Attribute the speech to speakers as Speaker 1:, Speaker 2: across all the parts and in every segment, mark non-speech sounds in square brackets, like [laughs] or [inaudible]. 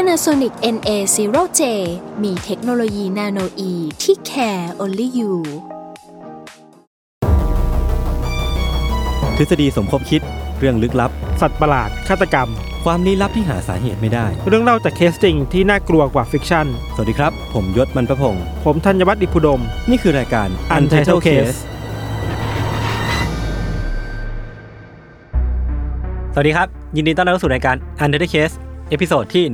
Speaker 1: Panasonic NA0J มีเทคโนโลยีนาโนอีที่ care only you
Speaker 2: ทฤษฎีสมคบคิดเรื่องลึกลับ
Speaker 3: สัตว์ประหลาด ฆาตกรรม
Speaker 2: ความลี้ลับที่หาสาเหตุไม่ได้
Speaker 3: เรื่องเล่าจากเคสจริงที่น่ากลัวกว่าฟิกชั่น
Speaker 2: สวัสดีครับ ผมยศมันประพงศ์
Speaker 3: ผมธัญวัฒน์อิพุดม
Speaker 2: นี่คือรายการ Untitled Case สวัสดีครับ ยินดีต้อนรับเข้าสู่รายการ Untitled Case เอพิโซดที่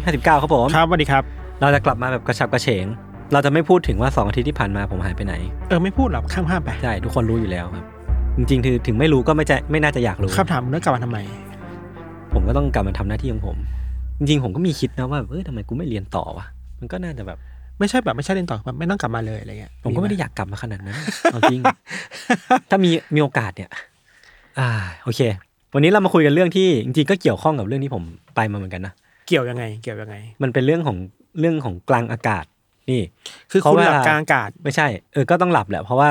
Speaker 2: 159 ครับผม
Speaker 3: ครับสวัสดีครับ
Speaker 2: เราจะกลับมาแบบกระชับกระเฉง เราจะไม่พูดถึงว่า 2 อาทิตย์ที่ผ่านมาผมหายไปไหน
Speaker 3: เออ ไม่พูดหรอกข้ามห้ามไป
Speaker 2: ใช่ ทุกคนรู้อยู่แล้วครับ จริงๆถึงถึงไม่รู้ก็ไม่จะไม่น่าจะอยากรู้
Speaker 3: คำถามเรื่องกลับมาทำไม
Speaker 2: ผมก็ต้องกลับมาทำหน้าที่ของผม จริงๆ ผมก็มีคิดนะว่าเออทำไมกูไม่เรียนต่อวะ มันก็น่าจะแบบ
Speaker 3: ไม่ใช่แบบไม่ใช่เรียนต่อแบบไม่ต้องกลับมาเลยอะไรเงี้ย
Speaker 2: ผมก็ไม่ได้อยากกลับมาขนาดนั้น เอาจริง ถ้ามีมีโอกาสเนี่ย อ่า โอเค วันนี้เรามาคุยกันเรื่องที่ จริงๆ ก็เกี่ยวข้องกับเรื่องที่ผมไปมาเหมือนกันนะ
Speaker 3: เกี่ยวยังไง เกี่ยวยังไง
Speaker 2: มันเป็นเรื่องของเรื่องของกลางอากาศ นี่
Speaker 3: คือ
Speaker 2: เพราะ
Speaker 3: คุณ
Speaker 2: ว่า
Speaker 3: หลับกลางอากาศ
Speaker 2: ไม่ใช่ เออ ก็ต้องหลับแหละ เพราะว่า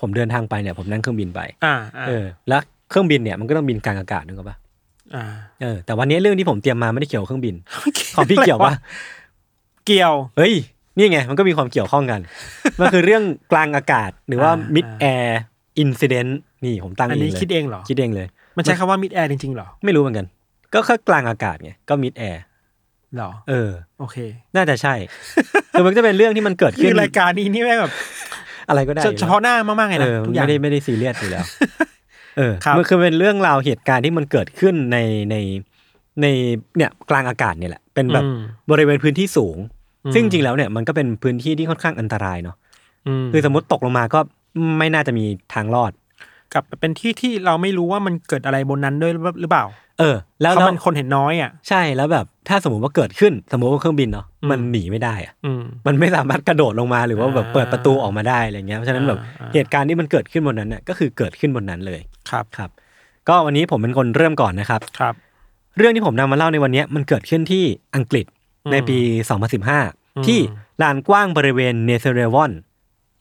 Speaker 2: ผมเดินทางไปเนี่ย ผมนั่งเครื่องบินไป
Speaker 3: อ่าอ่า
Speaker 2: เออ แล้วเครื่องบินเนี่ย มันก็ต้องบินกลางอากาศนึกออกปะ
Speaker 3: อ่า
Speaker 2: เออ แต่วันนี้เรื่องที่ผมเตรียมมาไม่ได้เกี่ยวกับเครื่อง
Speaker 3: [laughs]
Speaker 2: บิน ของพี่เกี่ยวปะ
Speaker 3: เกี่ยว
Speaker 2: เฮ้ย นี่ไง มันก็มีความเกี่ยวข้องกัน มันคือเรื่องกลางอากาศหรือว่า
Speaker 3: อ่า
Speaker 2: mid air incident นี่ผมตั้งเอ
Speaker 3: อัน
Speaker 2: งเลย
Speaker 3: นี้คิดเองเหรอ
Speaker 2: คิดเองเลย
Speaker 3: มันใช้คำว่ามิดแอร์จริงๆเหรอ
Speaker 2: ไม่รู้เหมือนกัน ก็แค่กลางอากาศไง ก็ mid air
Speaker 3: เหรอ
Speaker 2: เออ
Speaker 3: โอเค
Speaker 2: น่าจะใช่
Speaker 3: [laughs]
Speaker 2: คือมันก็จะเป็นเรื่องที่มันเกิด
Speaker 3: คื
Speaker 2: ขึ้
Speaker 3: อน รายการนี้นี่แม่งแบบ
Speaker 2: อะไรก็ได้
Speaker 3: เฉเฉพาะหน้ามากๆไง
Speaker 2: เอ
Speaker 3: นะ
Speaker 2: อ
Speaker 3: ทุกอ
Speaker 2: มั
Speaker 3: ย่าน
Speaker 2: ไม่
Speaker 3: ง
Speaker 2: ได้ไม่ได้ซีเรียสอยู่
Speaker 3: [laughs]
Speaker 2: แล้ว เออ
Speaker 3: ครับ
Speaker 2: มันคือเป็นเรื่องราวเหตุการณ์ที่มันเกิดขึ้นในในในเนี่ยกลางอากาศเนี่ยแหละ เป็นแบบ
Speaker 3: อืม
Speaker 2: บริเวณพื้นที่สูง
Speaker 3: อืม
Speaker 2: ซึ่งจริงๆแล้วเนี่ยมันก็เป็นพื้นที่ที่ค่อนข้างอันตรายเนาะ คือสมมติตกลงมาก็ไม่น่าจะมีทางรอด
Speaker 3: กับเป็นที่ที่เราไม่รู้ว่ามันเกิดอะไรบนนั้นด้วยหรือเปล่า
Speaker 2: เออ แล้ว
Speaker 3: เพราะ
Speaker 2: แล้ว
Speaker 3: มันคนเห็นน้อยอ่ะ
Speaker 2: ใช่แล้วแบบถ้าสมมติว่าเกิดขึ้นสมมติว่าเครื่องบินเนาะ
Speaker 3: อืม
Speaker 2: มันหนีไม่ได้อะ
Speaker 3: อืม
Speaker 2: มันไม่สามารถกระโดดลงมาหรือว่าแบบ
Speaker 3: อ่า
Speaker 2: เปิดประตูออกมาได้อะไรเงี้ยเพราะฉะนั้นแบบ
Speaker 3: อ่า
Speaker 2: เหตุการณ์ที่มันเกิดขึ้นบนนั้นเนี่ยก็คือเกิดขึ้นบนนั้นเลย
Speaker 3: ครับ
Speaker 2: ครับ ก็วันนี้ผมเป็นคนเริ่มก่อนนะครับ
Speaker 3: ครับ
Speaker 2: เรื่องที่ผมนำมาเล่าในวันเนี้ยมันเกิดขึ้นที่อังกฤษ
Speaker 3: อืม
Speaker 2: ในปี
Speaker 3: อื
Speaker 2: 2015
Speaker 3: ม
Speaker 2: ที่ลานกว้างบริเวณเนเธอร์เรวอน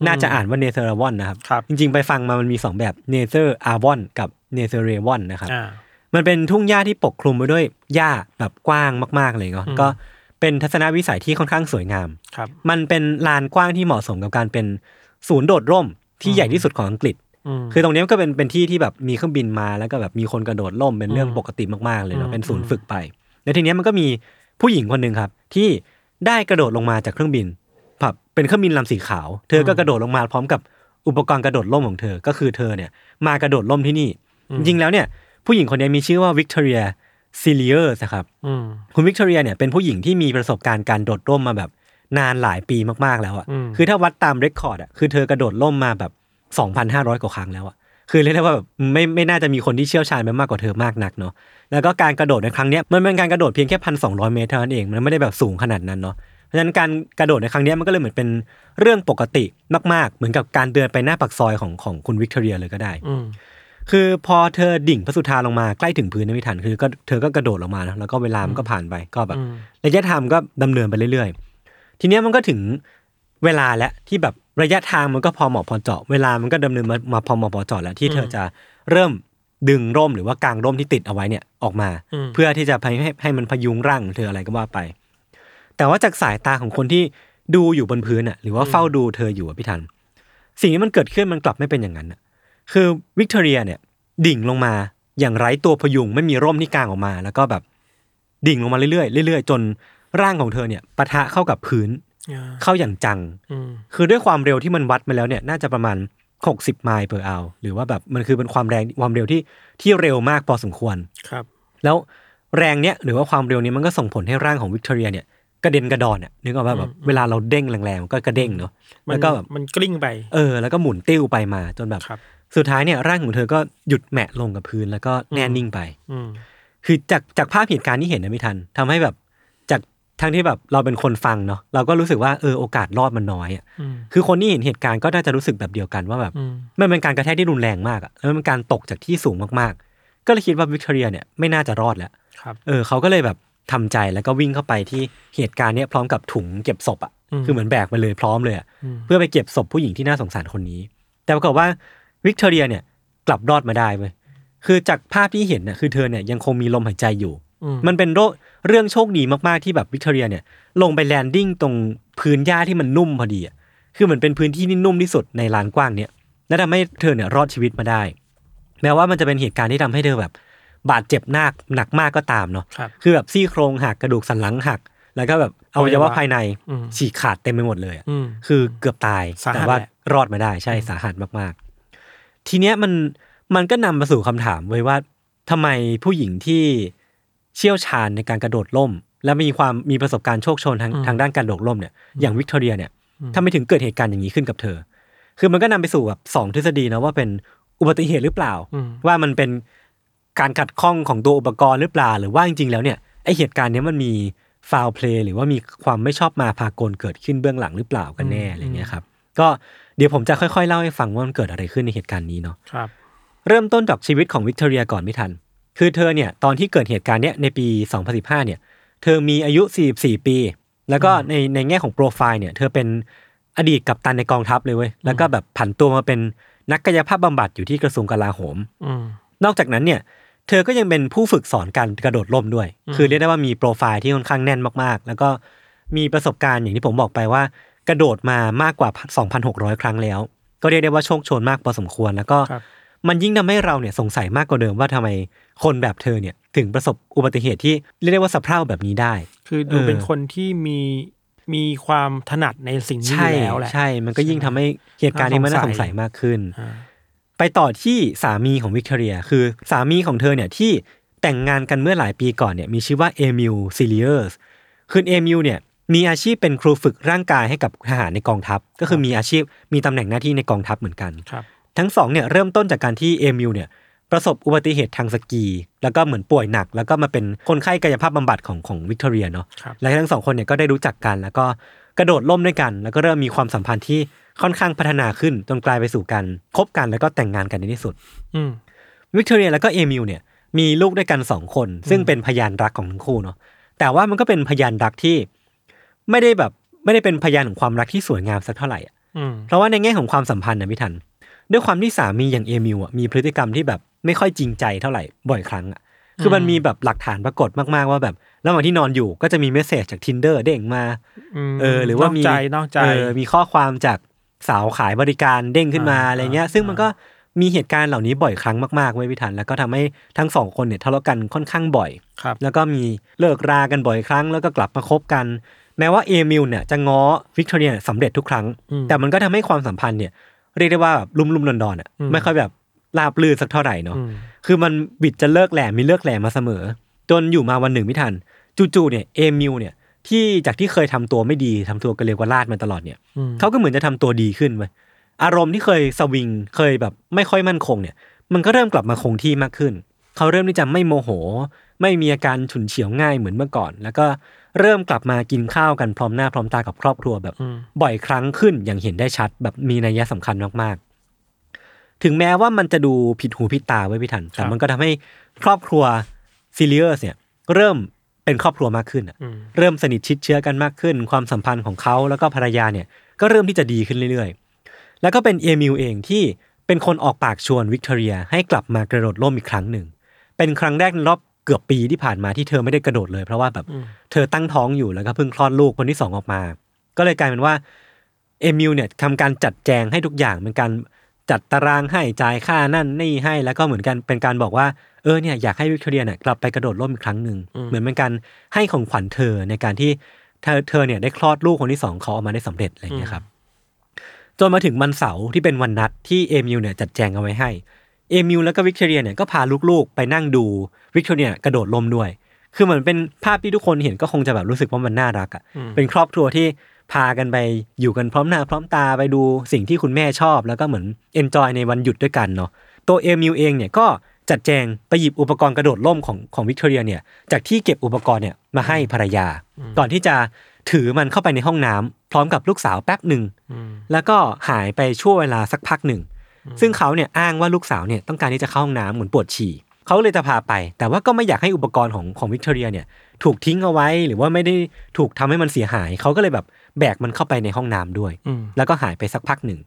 Speaker 2: น่าจะอ่านว่าเนเธอร์เรวอนนะครับ
Speaker 3: ครับ
Speaker 2: จริงๆ ไปฟังมามันมี 2 แบบเนเธอร์อาร์วอนกับเนเธอร์เรวอนนะครับ
Speaker 3: อ่า
Speaker 2: มันเป็นทุ่งหญ้าที่ปกคลุมไปด้วยหญ้าแบบกว้างมากๆเลยเนาะ
Speaker 3: อืม
Speaker 2: ก็เป็นทัศนวิสัยที่ค่อนข้างสวยงาม
Speaker 3: ครับ
Speaker 2: มันเป็นลานกว้างที่เหมาะสมกับการเป็นศูนย์โดดร่มที่
Speaker 3: อืม
Speaker 2: ใหญ่ที่สุดของอังกฤษ
Speaker 3: อืม
Speaker 2: คือตรงเนี้ยมันก็เป็นเป็นที่ที่แบบมีเครื่องบินมาแล้วก็แบบมีคนกระโดดร่มเป็นเรื่อง
Speaker 3: อืม
Speaker 2: ปกติมากๆเลยเนาะ
Speaker 3: อืม
Speaker 2: เป็นศูนย์ฝึกไป แล้วทีเนี้ยมันก็มีผู้หญิงคนหนึ่งครับ ที่ได้กระโดดลงมาจากเครื่องบินแบบเป็นเครื่องบินลำสีขาว เธอก็กระโดดลงมาพร้อมกับอุปกรณ์กระโดดร่มของเธอ ก็คือเธอเนี่ยมากระโดดร่มที่นี่ จริงๆแล้วเนี่ยผู้หญิงคนนี้มีชื่อว่าวิกตอเรียซิเลียสครับ
Speaker 3: อืม
Speaker 2: คุณวิกตอเรียเนี่ยเป็นผู้หญิงที่มีประสบการณ์การโดดร่มมาแบบนานหลายปีมากๆแล้วอะ
Speaker 3: อืม
Speaker 2: คือถ้าวัดตามเรคคอร์ดอะคือเธอกระโดดร่มมาแบบ 2,500 กว่าครั้งแล้วอะคือเรียกได้ว่าแบบไม่ไม่น่าจะมีคนที่เชี่ยวชาญไปมากกว่าเธอมากนักเนาะแล้วก็การกระโดดในครั้งเนี้ยมันเป็นการกระโดดเพียงแค่พันสองเมตรเท่านั้นเองมันไม่ได้แบบสูงขนาดนั้นเนาะเพราะฉะนั้นการกระโดดในครั้งเนี้ยมันก็เลยเหมือนเป็นเรื่องปกติมากๆ เหมือนกับการเดินไปหน้าปากซอยของของคุณวิกตอเรียเลยก็ได้
Speaker 3: อืม
Speaker 2: คือพอเธอดิ่งพระสุธาลงมาใกล้ถึงพื้นนะพี่ถันคือก็เธอก็กระโดดลงมานะแล้วก็เวลามันก็ผ่านไปก็แบบ
Speaker 3: อืม
Speaker 2: ระยะทางก็ดำเนินไปเรื่อยๆ ทีเนี้ยมันก็ถึงเวลาแล้วที่แบบระยะทางมันก็พอเหมาะพอเจาะ เวลามันก็ดำเนินมามาพอเหมาะพอเจาะแล้วที่เธอจะเริ่มดึงร่มหรือว่ากางร่มที่ติดเอาไว้เนี่ยออกมา
Speaker 3: อืม
Speaker 2: เพื่อที่จะให้ให้ให้มันพยุงร่างของเธออะไรก็ว่าไป แต่ว่าจากสายตาของคนที่ดูอยู่บนพื้นอ่ะหรือว่าเฝ้าดูเธออยู่อ่ะพี่ทัน สิ่งที่มันเกิดขึ้นมันกลับไม่เป็นอย่างนั้นน่ะ คือวิกตอเรียเนี่ย ดิ่งลงมาอย่างไร้ตัวพยุงไม่มีร่มที่กางออกมา แล้วก็แบบดิ่งลงมาเรื่อยๆเรื่อยๆ จนร่างของเธอเนี่ยปะทะเข้ากับพื้น
Speaker 3: อ่า
Speaker 2: เข้าอย่างจัง
Speaker 3: อืม
Speaker 2: คือด้วยความเร็วที่มันวัดมาแล้วเนี่ยน่าจะประมาณ 60 ไมล์ per hour หรือว่าแบบมันคือเป็นความแรงความเร็วที่ที่เร็วมากพอสมควร
Speaker 3: ครับ
Speaker 2: แล้วแรงเนี้ยหรือว่าความเร็วเนี้ยมันก็ส่งผลให้ร่างของวิกตอเรียเนี่ยกระเด็นกระดอนอ่ะนึกออกว่าแบบเวลาเราเด้งแรงๆมันก็กระเด้งเนาะ
Speaker 3: มัน
Speaker 2: แล้วก็แบบ
Speaker 3: มันกลิ้งไป
Speaker 2: เออแล้วก็หมุนติ้วไปมาจนแบบ
Speaker 3: ครับ
Speaker 2: สุดท้ายเนี่ยร่างของเธอก็หยุดแหมะลงกับพื้นแล้วก็แน่นิ่งไป
Speaker 3: อืม
Speaker 2: คือจากจากภาพเหตุการณ์ที่เห็นนะไม่ทันทำให้แบบจาก ทั้งที่แบบเราเป็นคนฟังเนาะเราก็รู้สึกว่าเออโอกาสรอดมันน้อยอะ
Speaker 3: อืม
Speaker 2: คือคนที่เห็นเหตุการณ์ก็น่าจะรู้สึกแบบเดียวกันว่าแบบ
Speaker 3: อืม
Speaker 2: มันเป็นการกระแทกที่รุนแรงมากอะแล้วมันเป็นการตกจากที่สูงมากๆ ก็เลยคิดว่าวิกตอเรียเนี่ยไม่น่าจะรอดแล้ว
Speaker 3: ครับ
Speaker 2: เออเขาก็เลยแบบทำใจแล้วก็วิ่งเข้าไปที่เหตุการณ์เนี้ยพร้อมกับถุงเก็บศพอะ
Speaker 3: อืม
Speaker 2: คือเหมือนแบกไปเลยพร้อมเลยอะ
Speaker 3: อืม
Speaker 2: เพื่อไปเก็บศพผู้หญิงที่น่าสงสารคนนี้ แต่ปรากฏว่าวิกตอเรียเนี่ยกลับรอดมาได้เว้ย คือจากภาพที่เห็นน่ะคือเธอเนี่ยยังคงมีลมหายใจอยู่
Speaker 3: อืม
Speaker 2: มันเป็นโรเรื่องโชคดีมากๆที่แบบวิกตอเรียเนี่ยลงไปแลนดิ้งตรงพื้นหญ้าที่มันนุ่มพอดีอะคือเหมือนเป็นพื้นที่ที่นุ่มที่สุดในลานกว้างเนี่ยและทำให้เธอเนี่ยรอดชีวิตมาได้ แม้ว่ามันจะเป็นเหตุการณ์ที่ทำให้เธอแบบ บาดเจ็บหนักหนักมากก็ตามเนาะ
Speaker 3: ครับ
Speaker 2: คือแบบซี่โครงหักกระดูกสันหลังหัก แล้วก็แบบอวัยวะภายใน
Speaker 3: อืม
Speaker 2: ฉีกขาดเต็มไปหมดเลยอะ
Speaker 3: อืม
Speaker 2: คือเกือบตาย
Speaker 3: สาหัส
Speaker 2: แต่ว่า
Speaker 3: แหละ
Speaker 2: รอดมาได้ใช่สาหัสมากๆ ทีเนี้ยมันมันก็นำมาสู่คำถามเว้ยว่าทำไมผู้หญิงที่เชี่ยวชาญในการกระโดดล่ม และมีความมีประสบการณ์โชคโชนทางทางด้านการกระโดดล่มเนี่ยอย่างวิกตอเรียเนี่ยทำไมถึงเกิดเหตุการณ์อย่างนี้ขึ้นกับเธอ คือมันก็นำไปสู่แบบสองทฤษฎีนะว่าเป็นอุบัติเหตุหรือเปล่า
Speaker 3: อืม
Speaker 2: ว่ามันเป็นการขัดข้องของตัวอุปกรณ์หรือเปล่า หรือว่าจริงๆแล้วเนี่ยไอเหตุการณ์เนี้ยมันมีฟาวเพลย์หรือว่ามีความไม่ชอบมาพากลเกิดขึ้นเบื้องหลังหรือเปล่ากันแน่
Speaker 3: อืม
Speaker 2: อะไรเงี้ยครับก็เดี๋ยวผมจะค่อยๆเล่าให้ฟังว่ามันเกิดอะไรขึ้นในเหตุการณ์นี้เนาะ
Speaker 3: ครับ
Speaker 2: เริ่มต้นจากชีวิตของวิกตอเรียก่อนไม่ทัน คือเธอเนี่ยตอนที่เกิดเหตุการณ์เนี้ยในปี 2015เนี่ยเธอมีอายุ 44 ปี แล้วก็ในในแง่ของโปรไฟล์เนี่ยเธอเป็นอดีตกัปตันในกองทัพเลยเว้ยแล้วก็แบบผันตัวมาเป็นนักกายภาพบำบัดอยู่ที่กระทรวงกลาโหม
Speaker 3: อืม
Speaker 2: นอกจากนั้นเนี่ย เธอก็ยังเป็นผู้ฝึกสอนการกระโดดร่มด้วย
Speaker 3: อืม
Speaker 2: คือเรียกได้ว่ามีโปรไฟล์ที่ค่อนข้างแน่นมากๆ แล้วก็มีประสบการณ์อย่างที่ผมบอกไปว่า กระโดดมามากกว่า 2,600 ครั้งแล้ว ก็เรียกได้ว่าโชคโชนมากพอสมควร แล้วก็
Speaker 3: ครับ
Speaker 2: มันยิ่งทำให้เราเนี่ยสงสัยมากกว่าเดิมว่าทำไมคนแบบเธอเนี่ยถึงประสบอุบัติเหตุที่เรียกได้ว่าสะเพร่าแบบนี้ได้
Speaker 3: คือดู
Speaker 2: เออ
Speaker 3: เป็นคนที่มีมีความถนัดในสิ่งนี้อ
Speaker 2: ใช่
Speaker 3: ยู่แล้วแหละ
Speaker 2: ใช่มันก็ยิ่งทำให้เหตุการณ์นี้มันน่า
Speaker 3: น่า
Speaker 2: ส
Speaker 3: ส
Speaker 2: ง
Speaker 3: งสั
Speaker 2: สัย
Speaker 3: ย
Speaker 2: มากขึ้น
Speaker 3: อ่า
Speaker 2: ไปต่อที่สามีของวิกตอเรีย คือสามีของเธอเนี่ยที่แต่งงานกันเมื่อหลายปีก่อนเนี่ยมีชื่อว่าเอมิลซิเลียสคือเอมิลเนี่ยมีอาชีพเป็นครูฝึกร่างกายให้กับทหารในกองทัพ ก็คือมีอาชีพมีตำแหน่งหน้าที่ในกองทัพเหมือนกัน
Speaker 3: ครับ
Speaker 2: ทั้งสองเนี่ยเริ่มต้นจากการที่เอมิลเนี่ยประสบอุบัติเหตุทางสกี แล้วก็เหมือนป่วยหนัก แล้วก็มาเป็นคนไข้กายภาพบำบัดของของวิกตอเรียเนาะ
Speaker 3: ครับ
Speaker 2: และทั้งสองคนเนี่ยก็ได้รู้จักกัน แล้วก็กระโดดล่มด้วยกัน แล้วก็เริ่มมีความสัมพันธ์ที่ค่อนข้างพัฒนาขึ้นจนกลายไปสู่การคบกันแล้วก็แต่งงานกันในที่สุด
Speaker 3: อืม
Speaker 2: วิกตอเรียแล้วก็เอมิลเนี่ยมีลูกด้วยกันสองคน ซึ่งเป็นพยานรักของทั้งคู่เนาะแต่ว่ามันก็เป็นพยานรักที่ไม่ได้แบบไม่ได้เป็นพยานของความรักที่สวยงามสักเท่าไหร่อะ
Speaker 3: อืม
Speaker 2: เพราะว่าในแง่ของความสัมพันธ์นะพี่ทัน ด้วยความที่สามีอย่างเอมิลอะมีพฤติกรรมที่แบบไม่ค่อยจริงใจเท่าไหร่บ่อยครั้งอะคือมันมีแบบหลักฐานปรากฏมากๆว่าแบบระหว่างที่นอนอยู่ก็จะมีเมสเซจจาก tinder เด้งมา
Speaker 3: ม
Speaker 2: เออหรือว่าน
Speaker 3: ก
Speaker 2: มี
Speaker 3: ใจนอกใจ
Speaker 2: เออมีข้อความจากสาวขายบริการเด้งขึ้นมา
Speaker 3: อ่า
Speaker 2: อะไรเงี้ย ซึ่งมันก็มีเหตุการณ์เหล่านี้บ่อยครั้งมากๆเว้ยพี่ทันแล้วก็ทำให้ทั้งสองคนเนี่ยทะเลาะกันค่อนข้างบ่อย
Speaker 3: ครับ
Speaker 2: แล้วก็มีเลิกรากันบ่อยครั้ง แล้วก็กลับมาคบกัน แม้ว่าเอมิลเนี่ยจะง้อวิกตอเรียสำเร็จทุกครั้ง
Speaker 3: อืม
Speaker 2: แต่มันก็ทำให้ความสัมพันธ์เนี่ยเรียกได้ว่าแบบลุ่มๆดอนๆอ่ะ
Speaker 3: อืม
Speaker 2: ไม่ค่อยแบบราบลื่นสักเท่าไหร่เนาะ
Speaker 3: อืม
Speaker 2: คือมันบิดจะเลิกแหล่มีเลิกแหล่มาเสมอ จนอยู่มาวันหนึ่งไม่ทัน จู่ๆเนี่ยเอมิวเนี่ยที่จากที่เคยทำตัวไม่ดีทำตัวกระเลวกระลาดมาตลอดเนี่ย
Speaker 3: อืม
Speaker 2: เขาก็เหมือนจะทำตัวดีขึ้นไปอารมณ์ที่เคยสวิงเคยแบบไม่ค่อยมั่นคงเนี่ย มันก็เริ่มกลับมาคงที่มากขึ้น เขาเริ่มที่จะไม่โมโห ไม่มีอาการฉุนเฉียวง่ายเหมือนเมื่อก่อน แล้วก็เริ่มกลับมากินข้าวกันพร้อมหน้าพร้อมตากับครอบครัวแบบ
Speaker 3: อืม
Speaker 2: บ่อยครั้งขึ้นอย่างเห็นได้ชัดแบบมีนัยสำคัญมากๆ ถึงแม้ว่ามันจะดูผิดหูผิดตาไว้ยพี่ทัน แต่
Speaker 3: ครับ
Speaker 2: มันก็ทำให้ครอบครัวซิเลียสเนี่ยเริ่มเป็นครอบครัวมากขึ้นอะ
Speaker 3: อืม
Speaker 2: เริ่มสนิทชิดเชื้อกันมากขึ้น ความสัมพันธ์ของเขาแล้วก็ภรรยาเนี่ยก็เริ่มที่จะดีขึ้นเรื่อยๆ แล้วก็เป็นเอมิลเองที่เป็นคนออกปากชวนวิกตอเรียให้กลับมากระโดดร่มอีกครั้งหนึ่ง เป็นครั้งแรกในรอบเกือบปีที่ผ่านมาที่เธอไม่ได้กระโดดเลย เพราะว่าแบบ
Speaker 3: อืม
Speaker 2: เธอตั้งท้องอยู่แล้วก็เพิ่งคลอดลูกคนที่สองออกมา ก็เลยกลายเป็นว่าเอมิลเนี่ยทำการจัดแจงให้ทุกอย่างเป็นการจัดตารางให้จ่ายค่านั่นนี่ให้แล้วก็เหมือนกันเป็นการบอกว่าเออเนี่ยอยากให้วิกตอเรียเนี่ยกลับไปกระโดดร่มอีกครั้งหนึ่งเหมือนเป็นการให้ของขวัญเธอในการที่เธอเธอเนี่ยได้คลอดลูกคนที่สองเขาออกมาได้สำเร็จอะไรอย่างเงี้ยครับ จนมาถึงวันเสาร์ที่เป็นวันนัดที่เอมิลเนี่ยจัดแจงเอาไว้ให้ เอมิลแล้วก็วิกตอเรียเนี่ยก็พาลูกๆ ไปนั่งดูวิกตอเรียกระโดดลมด้วย คือเหมือนเป็นภาพที่ทุกคนเห็นก็คงจะแบบรู้สึกว่ามันน่ารักอะ่ะ เป็นครอบครัวที่พากันไปอยู่กันพร้อมหน้าพร้อมตาไปดูสิ่งที่คุณแม่ชอบ แล้วก็เหมือนเอนจอยในวันหยุดด้วยกันเนาะ ตัวเอมิลเองเนี่ยก็ จัดแจงไปหยิบอุปกรณ์กระโดดร่มของของวิกตอเรียเนี่ยจากที่เก็บอุปกรณ์เนี่ยมาให้ภรรยา ก่อนที่จะถือมันเข้าไปในห้องน้ำพร้อมกับลูกสาวแป๊บหนึ่ง
Speaker 3: อืม
Speaker 2: แล้วก็หายไปช่วงเวลาสักพักหนึ่ง ซึ่งเขาเนี่ยอ้างว่าลูกสาวเนี่ยต้องการที่จะเข้าห้องน้ำเหมือนปวดฉี่เขาเลยจะพาไป แต่ว่าก็ไม่อยากให้อุปกรณ์ของของวิกตอเรียเนี่ยถูกทิ้งเอาไว้หรือว่าไม่ได้ถูกทำให้มันเสียหาย เขาก็เลยแบบแบกมันเข้าไปในห้องน้ำด้วย
Speaker 3: อืม
Speaker 2: แล้วก็หายไปสักพักหนึ่ง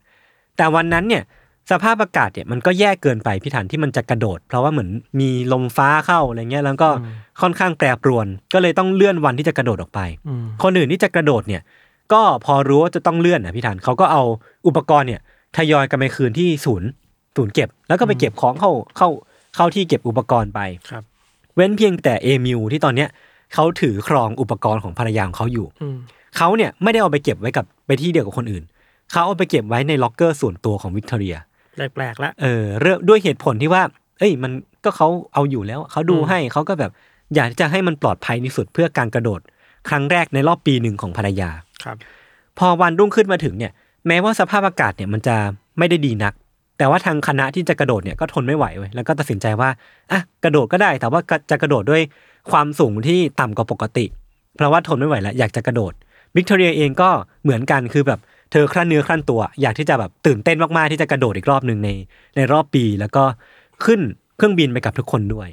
Speaker 2: แต่วันนั้นเนี่ยสภาพอากาศเนี่ยมันก็แย่เกินไปพี่ทันที่มันจะกระโดด เพราะว่าเหมือนมีลมฟ้าเข้าอะไรเงี้ยแล้วก็
Speaker 3: อืม
Speaker 2: ค่อนข้างแปรปรวน ก็เลยต้องเลื่อนวันที่จะกระโดดออกไป
Speaker 3: อืม
Speaker 2: คนอื่นที่จะกระโดดเนี่ย ก็พอรู้ว่าจะต้องเลื่อนนะพี่ทันเขาก็เอาอุปกรณ์เนี่ยทยอยกันไปคืนที่ศูนย์ศูนย์เก็บ แล้วก็ไปเก็บของเข้าเข้าเข้าที่เก็บอุปกรณ์ไป
Speaker 3: ครับ
Speaker 2: เว้นเพียงแต่เอมิวที่ตอนเนี้ยเขาถือครองอุปกรณ์ของภรรยาของเขาอยู่
Speaker 3: อืม
Speaker 2: เขาเนี่ยไม่ได้เอาไปเก็บไว้กับไปที่เดียวกับคนอื่น เขาเอาไปเก็บไว้ในล็อกเกอร์ส่วนตัวของวิกตอเรีย
Speaker 3: แปลกๆละ
Speaker 2: เออเรื่องด้วยเหตุผลที่ว่า เอ้ย มันก็เขาเอาอยู่แล้ว เขาดู
Speaker 3: อืม
Speaker 2: ให้เขาก็แบบอยากจะให้มันปลอดภัยที่สุดเพื่อการกระโดด ครั้งแรกในรอบปีหนึ่งของภรรยา
Speaker 3: ครับ
Speaker 2: พอวันรุ่งขึ้นมาถึงเนี่ย แม้ว่าสภาพอากาศเนี่ยมันจะไม่ได้ดีนัก แต่ว่าทางคณะที่จะกระโดดเนี่ยก็ทนไม่ไหวเว้ยแล้วก็ตัดสินใจว่าอ่ะกระโดดก็ได้ แต่ว่าก็จะกระโดดด้วยความสูงที่ต่ำกว่าปกติ เพราะว่าทนไม่ไหวแล้วอยากจะกระโดดวิกตอเรียเองก็เหมือนกันคือแบบเธอครั่นเนื้อครั่นตัว อยากที่จะแบบตื่นเต้นมากๆที่จะกระโดดอีกรอบหนึ่งในในรอบปี แล้วก็ขึ้นเครื่องบินไปกับทุกคนด้วย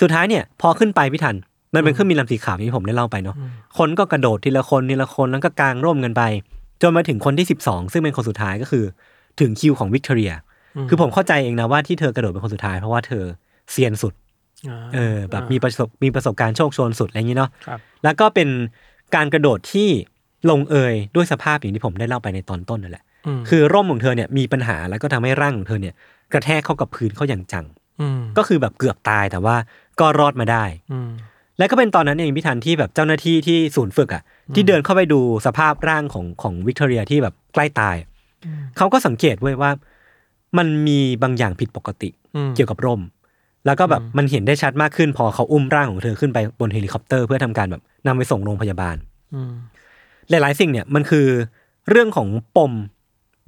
Speaker 2: สุดท้ายเนี่ยพอขึ้นไปพี่ทันมันเป็นเครื่องบินลำสีขาวที่ผมได้เล่าไปเนาะคนก็กระโดดทีละคนทีละคนแล้วก็กางร่มกันไป จนมาถึงคนที่ 12 ซึ่งเป็นคนสุดท้ายก็คือ ถึงคิวของวิกตอเรีย
Speaker 3: อืม
Speaker 2: คือผมเข้าใจเองนะว่าที่เธอกระโดดเป็นคนสุดท้ายเพราะว่าเธอเซียนสุด
Speaker 3: อ่า
Speaker 2: เออแบบมีประสบมีประสบการณ์โชคโชนสุดอะไรอย่างนี้เนาะ
Speaker 3: ครับ
Speaker 2: แล้วก็เป็นการกระโดดที่ลงเอยด้วยสภาพอย่างที่ผมได้เล่าไปในตอนต้นนั่นแหละ
Speaker 3: ม
Speaker 2: คือร่มของเธอเนี่ยมีปัญหาแล้วก็ทำให้ร่างของเธอเนี่ยกระแทกเข้ากับพื้นเข้าอย่างจัง
Speaker 3: ม
Speaker 2: ก็คือแบบเกือบตายแต่ว่าก็รอดมาได้
Speaker 3: อืม
Speaker 2: และก็เป็นตอนนั้นเองพี่ทันที่แบบเจ้าหน้าที่ที่ศูนย์ฝึกอ่ะที่เดินเข้าไปดูสภาพร่างของของวิกตอเรียที่แบบใกล้ตาย
Speaker 3: อืม
Speaker 2: เขาก็สังเกตเว้ยว่า มันมีบางอย่างผิดปกติ
Speaker 3: อืม
Speaker 2: เกี่ยวกับร่ม แล้วก็แบบมันเห็นได้ชัดมากขึ้น พอเขาอุ้มร่างของเธอขึ้นไปบนเฮลิคอปเตอร์เพื่อทำการแบบนำไปส่งโรงพยาบาล
Speaker 3: อืม
Speaker 2: หลาย ๆ สิ่งเนี่ยมันคือเรื่องของปม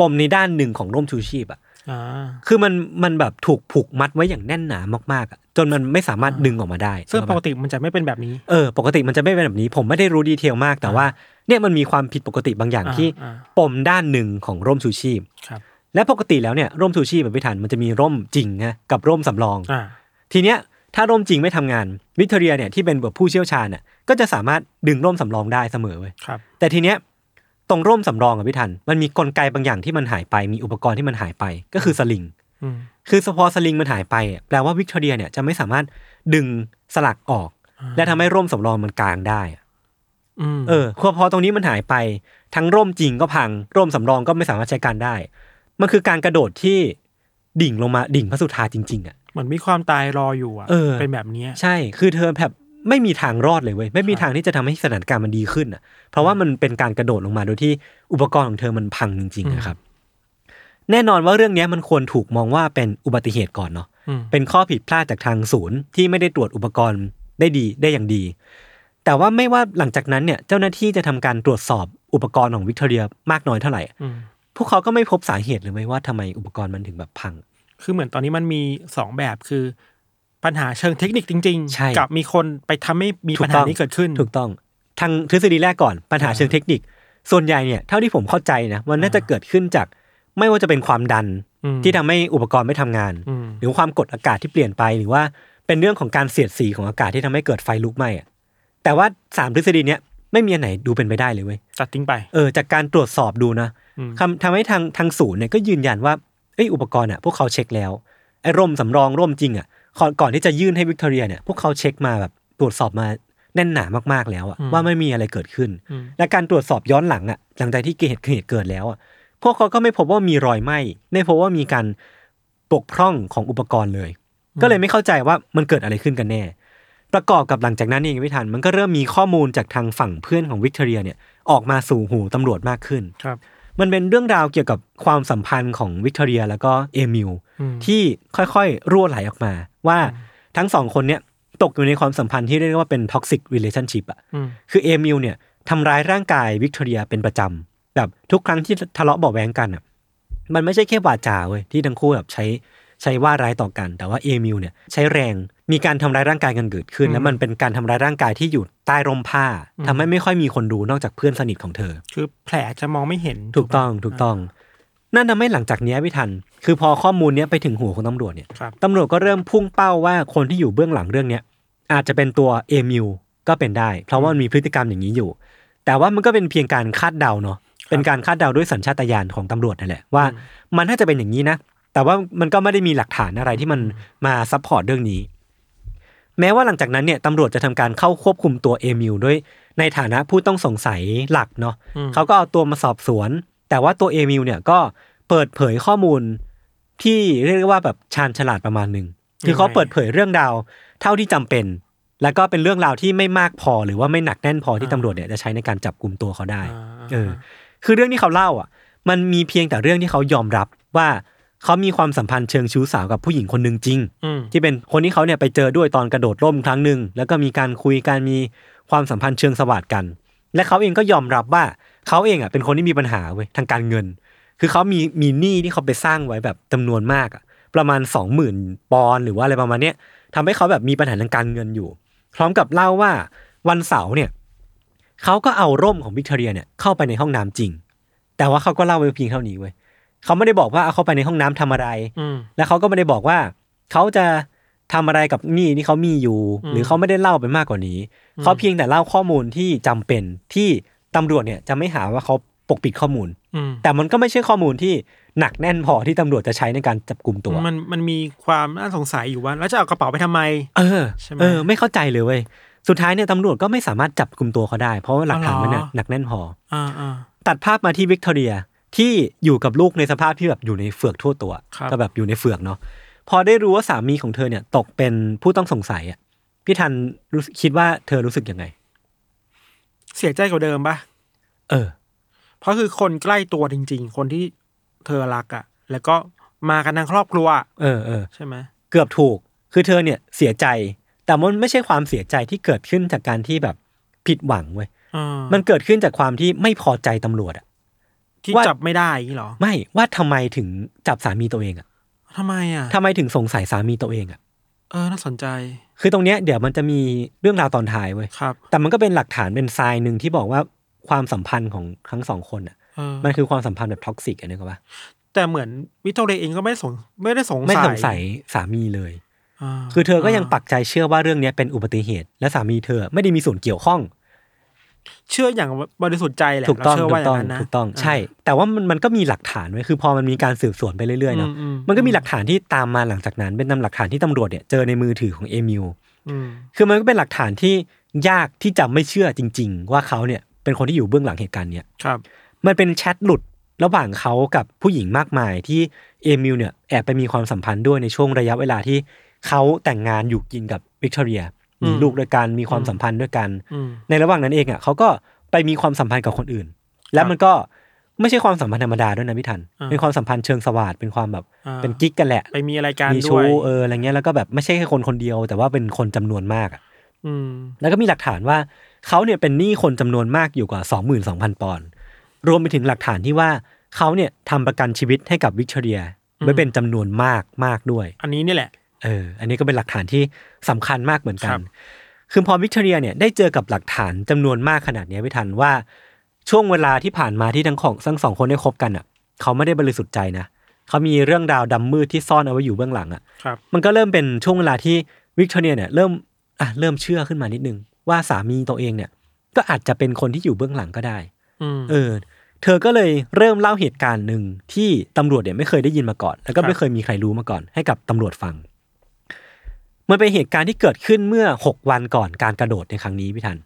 Speaker 2: ปมในด้านหนึ่งของร่มชูชีพอะ
Speaker 3: อ่า
Speaker 2: คือมันมันแบบถูกผูกมัดไว้อย่างแน่นหนามากๆอะจนมันไม่สามารถดึงออกมาได้
Speaker 3: ซึ่งป
Speaker 2: แล้ว
Speaker 3: ก
Speaker 2: แบบ
Speaker 3: ติมันจะไม่เป็นแบบนี้
Speaker 2: เออปกติมันจะไม่เป็นแบบนี้ ผมไม่ได้รู้ดีเทลมาก แต่ว่าเนี่ยมันมีความผิดปกติบางอย่าง
Speaker 3: อ่า
Speaker 2: ที่
Speaker 3: อ่า
Speaker 2: ปมด้านหนึ่งของร่มชูชีพ
Speaker 3: ครับ
Speaker 2: และปกติแล้วเนี่ยร่มชูชีพแบบพิถันมันจะมีร่มจริงนะกับร่มสำรอง
Speaker 3: อ่า
Speaker 2: ทีเนี้ยถ้าร่มจริงไม่ทำงานวิกตอเรียเนี่ยที่เป็นแบบผู้เชี่ยวชาญน่ะก็จะสามารถดึงร่มสำรองได้เสมอเว้ย
Speaker 3: ครับ
Speaker 2: แต่ทีเนี้ยตรงร่มสำรองอะพี่ทันมันมีกลไกบางอย่างที่มันหายไปมีอุปกรณ์ที่มันหายไปก็คือสลิง
Speaker 3: อืม
Speaker 2: คือพอสลิงมันหายไปอะแปลว่าวิกตอเรียเนี่ยจะไม่สามารถดึงสลักออก และทำให้ร่มสำรองมันกางได้อะ
Speaker 3: อืม
Speaker 2: เออคือพอตรงนี้มันหายไปทั้งร่มจริงก็พัง ร่มสำรองก็ไม่สามารถใช้การได้ มันคือการกระโดดที่ดิ่งลงมาดิ่งพระสุธาจริงๆอ่ะ
Speaker 3: เหมือนมีความตายรออยู่อ่ะ
Speaker 2: เออ
Speaker 3: นแบบเนี้ย
Speaker 2: ใช่ คือเธอแบบไม่มีทางรอดเลยเว้ย ไม่มีทางที่จะทำให้สถานการณ์มันดีขึ้นอ่ะ เพราะว่ามันเป็นการกระโดดลงมาโดยที่อุปกรณ์ของเธอมันพังจริงๆ
Speaker 3: อืม
Speaker 2: นะครับ แน่นอนว่าเรื่องเนี้ยมันควรถูกมองว่าเป็นอุบัติเหตุก่อนเนาะ
Speaker 3: อืม
Speaker 2: เป็นข้อผิดพลาดจากทางศูนย์ที่ไม่ได้ตรวจอุปกรณ์ได้ดีได้อย่างดี แต่ว่าไม่ว่าหลังจากนั้นเนี่ยเจ้าหน้าที่จะทำการตรวจสอบอุปกรณ์ของวิกตอเรียมากน้อยเท่าไหร่
Speaker 3: อืม
Speaker 2: พวกเขาก็ไม่พบสาเหตุเลยไหมว่าทำไมอุปกรณ์มันถึงแบบพัง
Speaker 3: คือเหมือนตอนนี้มันมีสองแบบคือ ปัญหาเชิงเทคนิคจริง
Speaker 2: ใช่
Speaker 3: ๆ กับมีคนไปทำให้มีปัญหานี้เกิดขึ้น
Speaker 2: ถูกต้องทางทฤษฎีแรกก่อนปัญหาเชิงเทคนิค ส่วนใหญ่เนี่ยเท่าที่ผมเข้าใจนะมันน่าจะเกิดขึ้นจากไม่ว่าจะเป็นความดัน
Speaker 3: อืม
Speaker 2: ที่ทำให้อุปกรณ์ไม่ทำงาน
Speaker 3: อืม
Speaker 2: หรือความกดอากาศที่เปลี่ยนไปหรือว่าเป็นเรื่องของการเสียดสีของอากาศที่ทำให้เกิดไฟลุกไหม้อะแต่ว่าสามทฤษฎีเนี้ยไม่มีอันไหนดูเป็นไปได้เลยเว้ย
Speaker 3: ตัดทิ้งไป
Speaker 2: เออจากการตรวจสอบดูนะ
Speaker 3: อืม
Speaker 2: คำทำให้ทางทางศูนย์เนี่ยก็ยืนยันว่าเอ้ยอุปกรณ์อ่ะพวกเขาเช็คแล้วไอ้ร่มสำรองร่มจริงอ่ะก่อนก่อนที่จะยื่นให้วิกตอเรียเนี่ยพวกเขาเช็คมาแบบตรวจสอบมาแน่นหนามากๆแล้วอ่ะว่าไม่มีอะไรเกิดขึ้น
Speaker 3: อืม
Speaker 2: และการตรวจสอบย้อนหลังอ่ะหลังจากที่เหตุเหตุเกิดแล้วอ่ะพวกเขาก็ไม่พบว่ามีรอยไหม้ไม่พบว่ามีการปกพร่องของอุปกรณ์เลย ก็เลยไม่เข้าใจว่ามันเกิดอะไรขึ้นกันแน่ ประกอบกับหลังจากนั้นเองพี่ทันมันก็เริ่มมีข้อมูลจากทางฝั่งเพื่อนของวิกตอเรียเนี่ยออกมาสู่หูตำรวจมากขึ้น
Speaker 3: ครับ
Speaker 2: มันเป็นเรื่องราวเกี่ยวกับความสัมพันธ์ของวิกตอเรียแล้วก็เอมิล
Speaker 3: อืม
Speaker 2: ที่ค่อยๆ รั่วไหลออกมา ว่าทั้งสองคนเนี่ยตกอยู่ในความสัมพันธ์ที่เรียกว่าเป็นท็อกซิกร t เลชั่นชิพอะ
Speaker 3: อืม
Speaker 2: คือเอมิลเนี่ยทำร้ายร่างกายวิกตอเรียเป็นประจำแบบทุกครั้งที่ทะเลาะเบาะแวงกันอ่ะมันไม่ใช่แค่วาจาเว้ยที่ทั้งคู่แบบใช้ ใช้ว่าร้ายต่อกัน แต่ว่าเอมิลเนี่ยใช้แรงมีการทำร้ายร่างกายกันเกิดขึ้น
Speaker 3: อืม
Speaker 2: แล้วมันเป็นการทำร้ายร่างกายที่อยู่ใต้ร่มผ้า
Speaker 3: อืม
Speaker 2: ทำให้ไม่ค่อยมีคนดูนอกจากเพื่อนสนิทของเธอ
Speaker 3: คือแผลจะมองไม่เห็น
Speaker 2: ถูกต้อง
Speaker 3: ปะ
Speaker 2: ถูกต้อง นั่นทำให้หลังจากเนี้ยพี่ทัน คือพอข้อมูลเนี้ยไปถึงหูของตำรวจเนี่ย
Speaker 3: ครับ
Speaker 2: ตำรวจก็เริ่มพุ่งเป้าว่าคนที่อยู่เบื้องหลังเรื่องเนี้ยอาจจะเป็นตัวเอมิลก็เป็นได้ เพราะว่ามันมีพฤติกรรมอย่างนี้อยู่ แต่ว่ามันก็เป็นเพียงการคาดเดาเนาะเป็นการคาดเดาด้วยสัญชาตญาณของตำรวจนั่นแหละว่า
Speaker 3: อืม
Speaker 2: มันน่าจะเป็นอย่างนี้นะ แต่ว่ามันก็ไม่ได้มีหลักฐานอะไรที่มันมาซัพพอร์ตเรื่องนี้ แม้ว่าหลังจากนั้นเนี่ยตำรวจจะทำการเข้าควบคุมตัวเอมิลด้วยในฐานะผู้ต้องสงสัยหลักเนาะ
Speaker 3: อืม
Speaker 2: เขาก็เอาตัวมาสอบสวน แต่ว่าตัวเอมิลเนี่ยก็เปิดเผยข้อมูลที่เรียกได้ว่าแบบชาญฉลาดประมาณหนึ่งคือเขาเปิดเผยเรื่องราวเท่าที่จำเป็น แล้วก็เป็นเรื่องราวที่ไม่มากพอหรือว่าไม่หนักแน่นพอที่ตำรวจเนี่ยจะใช้ในการจับกลุ่มตัวเขาได้
Speaker 3: อ่า
Speaker 2: เออ คือเรื่องที่เขาเล่าอ่ะ มันมีเพียงแต่เรื่องที่เขายอมรับว่าเขามีความสัมพันธ์เชิงชู้สาวกับผู้หญิงคนหนึ่งจริง
Speaker 3: อืม
Speaker 2: ที่เป็นคนที่เขาเนี่ยไปเจอด้วยตอนกระโดดร่มครั้งหนึ่งแล้วก็มีการคุยกันมีความสัมพันธ์เชิงสวัสดกัน และเขาเองก็ยอมรับว่าเขาเองอ่ะเป็นคนที่มีปัญหาเว้ยทางการเงิน คือเขามีมีหนี้ที่เขาไปสร้างไว้แบบจำนวนมากอ่ะประมาณ 20,000 ปอนด์หรือว่าอะไรประมาณเนี้ยทำให้เขาแบบมีปัญหาทางการเงินอยู่ พร้อมกับเล่าว่าวันเสาร์เนี่ยเขาก็เอาร่มของวิกตอเรียเนี่ยเข้าไปในห้องน้ำจริง แต่ว่าเขาก็เล่าไว้เพียงเท่านี้เว้ยเขาไม่ได้บอกว่าเอาเข้าไปในห้องน้ำทำอะไร
Speaker 3: อืม
Speaker 2: แล้วเขาก็ไม่ได้บอกว่าเขาจะทำอะไรกับหนี้ที่เขามีอยู่
Speaker 3: อืม
Speaker 2: หรือเขาไม่ได้เล่าไปมากกว่านี้ เขาเพียงแต่เล่าข้อมูลที่จำเป็นที่ตำรวจเนี่ยจะไม่หาว่าเขาปกปิดข้อมูล
Speaker 3: อืม
Speaker 2: แต่มันก็ไม่ใช่ข้อมูลที่หนักแน่นพอที่ตำรวจจะใช้ในการจับกลุ่มตัว
Speaker 3: มันมันมีความน่าสงสัยอยู่ว่าแล้วจะเอากระเป๋าไปทำไม
Speaker 2: เออ
Speaker 3: ใช่ไหม
Speaker 2: เออ ไม่เข้าใจเลยเว้ยสุดท้ายเนี่ยตำรวจก็ไม่สามารถจับกลุ่มตัวเขาได้ เพราะว่าหลักฐานมันน่ะ
Speaker 3: อ๋อเหรอ
Speaker 2: หนักแน่นพอ
Speaker 3: อ่าอ่า
Speaker 2: ตัดภาพมาที่วิกตอเรียที่อยู่กับลูกในสภาพที่แบบอยู่ในเฟือกทั่วตัว
Speaker 3: ครับ
Speaker 2: ก็แบบอยู่ในเฟือกเนาะพอได้รู้ว่าสามีของเธอเนี่ยตกเป็นผู้ต้องสงสัยอ่ะพี่ทันรู้สึกคิดว่าเธอรู้สึกยังไง
Speaker 3: เสียใจกว่าเดิมปะ
Speaker 2: เออ
Speaker 3: เพราะคือคนใกล้ตัวจริง ๆ คนที่เธอรักอะ่ะ แล้วก็มากันทั้งครอบครัว
Speaker 2: เออเออ
Speaker 3: ใช่ไหม
Speaker 2: เกือบถูก คือเธอเนี่ยเสียใจ แต่มันไม่ใช่ความเสียใจที่เกิดขึ้นจากการที่แบบผิดหวังเว้ย
Speaker 3: อ่า
Speaker 2: มันเกิดขึ้นจากความที่ไม่พอใจตำรวจอ่ะ
Speaker 3: ที่
Speaker 2: ว่า
Speaker 3: จับไม่ได้อย่างงี้เหรอ
Speaker 2: ไม่ว่าทำไมถึงจับสามีตัวเองอ่ะ
Speaker 3: ทำไมอ่ะ
Speaker 2: ทำไมถึงสงสัยสามีตัวเองอ่ะ
Speaker 3: เออน่าสนใจ
Speaker 2: คือตรงเนี้ยเดี๋ยวมันจะมีเรื่องราวตอนท้ายเว้ย
Speaker 3: ครับ
Speaker 2: แต่มันก็เป็นหลักฐานเป็นทรายหนึ่งที่บอกว่าความสัมพันธ์ของทั้งสองคนอ่ะ
Speaker 3: เออ
Speaker 2: มันคือความสัมพันธ์แบบท็อกซิกอะนึกออกปะ
Speaker 3: แต่เหมือนวิโตเรยเองก็ไม่ได้สงไม่ได้สงสัย
Speaker 2: ไม่สงสัยสามีเลย
Speaker 3: า
Speaker 2: คือเธอก็ยังปักใจเชื่อว่าเรื่องเนี้ยเป็นอุบัติเหตุ และสามีเธอไม่ได้มีส่วนเกี่ยวข้อง
Speaker 3: เชื่ออย่างบริสุทธิ์ใจแหละ
Speaker 2: ถูกต้อง
Speaker 3: เราเชื่อ
Speaker 2: ถู
Speaker 3: ว่ากอย่า
Speaker 2: ต้อง
Speaker 3: งนั้นนะ
Speaker 2: ถูกต้องใช่ แต่ว่ามันมันก็มีหลักฐานไว้ยคือพอมันมีการสืบสวนไปเรื่อยๆเนาะ
Speaker 3: อื
Speaker 2: มันก็มีหลักฐานที่ตามมาหลังจากนั้น เป็นนำหลักฐานที่ตำรวจเนี่ยเจอในมือถือของเอมิล
Speaker 3: อืม
Speaker 2: คือมันก็เป็นหลักฐานที่ยากที่จะไม่เชื่อจริง ๆ ว่าเขาเนี่ยเป็นคนที่อยู่เบื้องหลังเหตุการณ์เนี้ย
Speaker 3: ครับ
Speaker 2: มันเป็นแชทหลุดระหว่างเขากับผู้หญิงมากมายที่เอมิลเนี่ยแอบไปมีความสัมพันธ์ด้วยในช่วงระยะเวลาที่เขาแต่งงานอยู่กินกับวิกตอเรียมีลูกด้วยกันมีความสัมพันธ์ด้วยกัน
Speaker 3: อืม
Speaker 2: ในระหว่างนั้นเองอ่ะเขาก็ไปมีความสัมพันธ์กับคนอื่น และมันก็ไม่ใช่ความสัมพันธ์ธรรมดาด้วยนะพี่ทัน
Speaker 3: อ่า
Speaker 2: เป็นความสัมพันธ์เชิงสวาทเป็นความแบบ
Speaker 3: อ่า
Speaker 2: เป็นกิ๊กกันแหละ
Speaker 3: ไปมีอะไรกัน
Speaker 2: มี
Speaker 3: ด้
Speaker 2: ชู้
Speaker 3: วย
Speaker 2: เอออะไรเงี้ยแล้วก็แบบไม่ใช่แค่คนคนเดียว แต่ว่าเป็นคนจำนวนมากอ่ะ
Speaker 3: อืม
Speaker 2: แล้วก็มีหลักฐานว่าเขาเนี่ยเป็นหนี้คนจำนวนมากอยู่กว่า 22,000 ปอนด์รวมไปถึงหลักฐานที่ว่าเขาเนี่ยทำประกันชีวิตให้กับวิกตอเรียไว้เป็นจำนวนมากมากด้วย
Speaker 3: อันนี้นี่แหละ
Speaker 2: เออ อันนี้ก็เป็นหลักฐานที่สำคัญมากเหมือนกั
Speaker 3: ครั
Speaker 2: น
Speaker 3: บ
Speaker 2: คือพอวิกตอเรียเนี่ยได้เจอกับหลักฐานจำนวนมากขนาดเนี้ยพี่ทันว่าช่วงเวลาที่ผ่านมาที่ทั้งของทั้งสองคนได้คบกันอ่ะ เขาไม่ได้บริสุทธิ์ใจนะ เขามีเรื่องราวดำมืดที่ซ่อนเอาไว้อยู่เบื้องหลังอ่ะ
Speaker 3: ครับ
Speaker 2: มันก็เริ่มเป็นช่วงเวลาที่วิกตอเรียเนี่ยเริ่มอ่ะเริ่มเชื่อขึ้นมานิดนึง ว่าสามีตัวเองเนี่ย ก็อาจจะเป็นคนที่อยู่เบื้องหลังก็ได้
Speaker 3: อืม
Speaker 2: เออ เธอก็เลยเริ่มเล่าเหตุการณ์หนึ่งที่ตำรวจเนี่ยไม่เคยได้ยินมาก่อน แล้วก็
Speaker 3: ครับ
Speaker 2: ไม่เคยมีใครรู้มาก่อน ให้กับตำรวจฟัง มันเป็นเหตุการณ์ที่เกิดขึ้นเมื่อหกวันก่อนการกระโดดในครั้งนี้พี่ทัน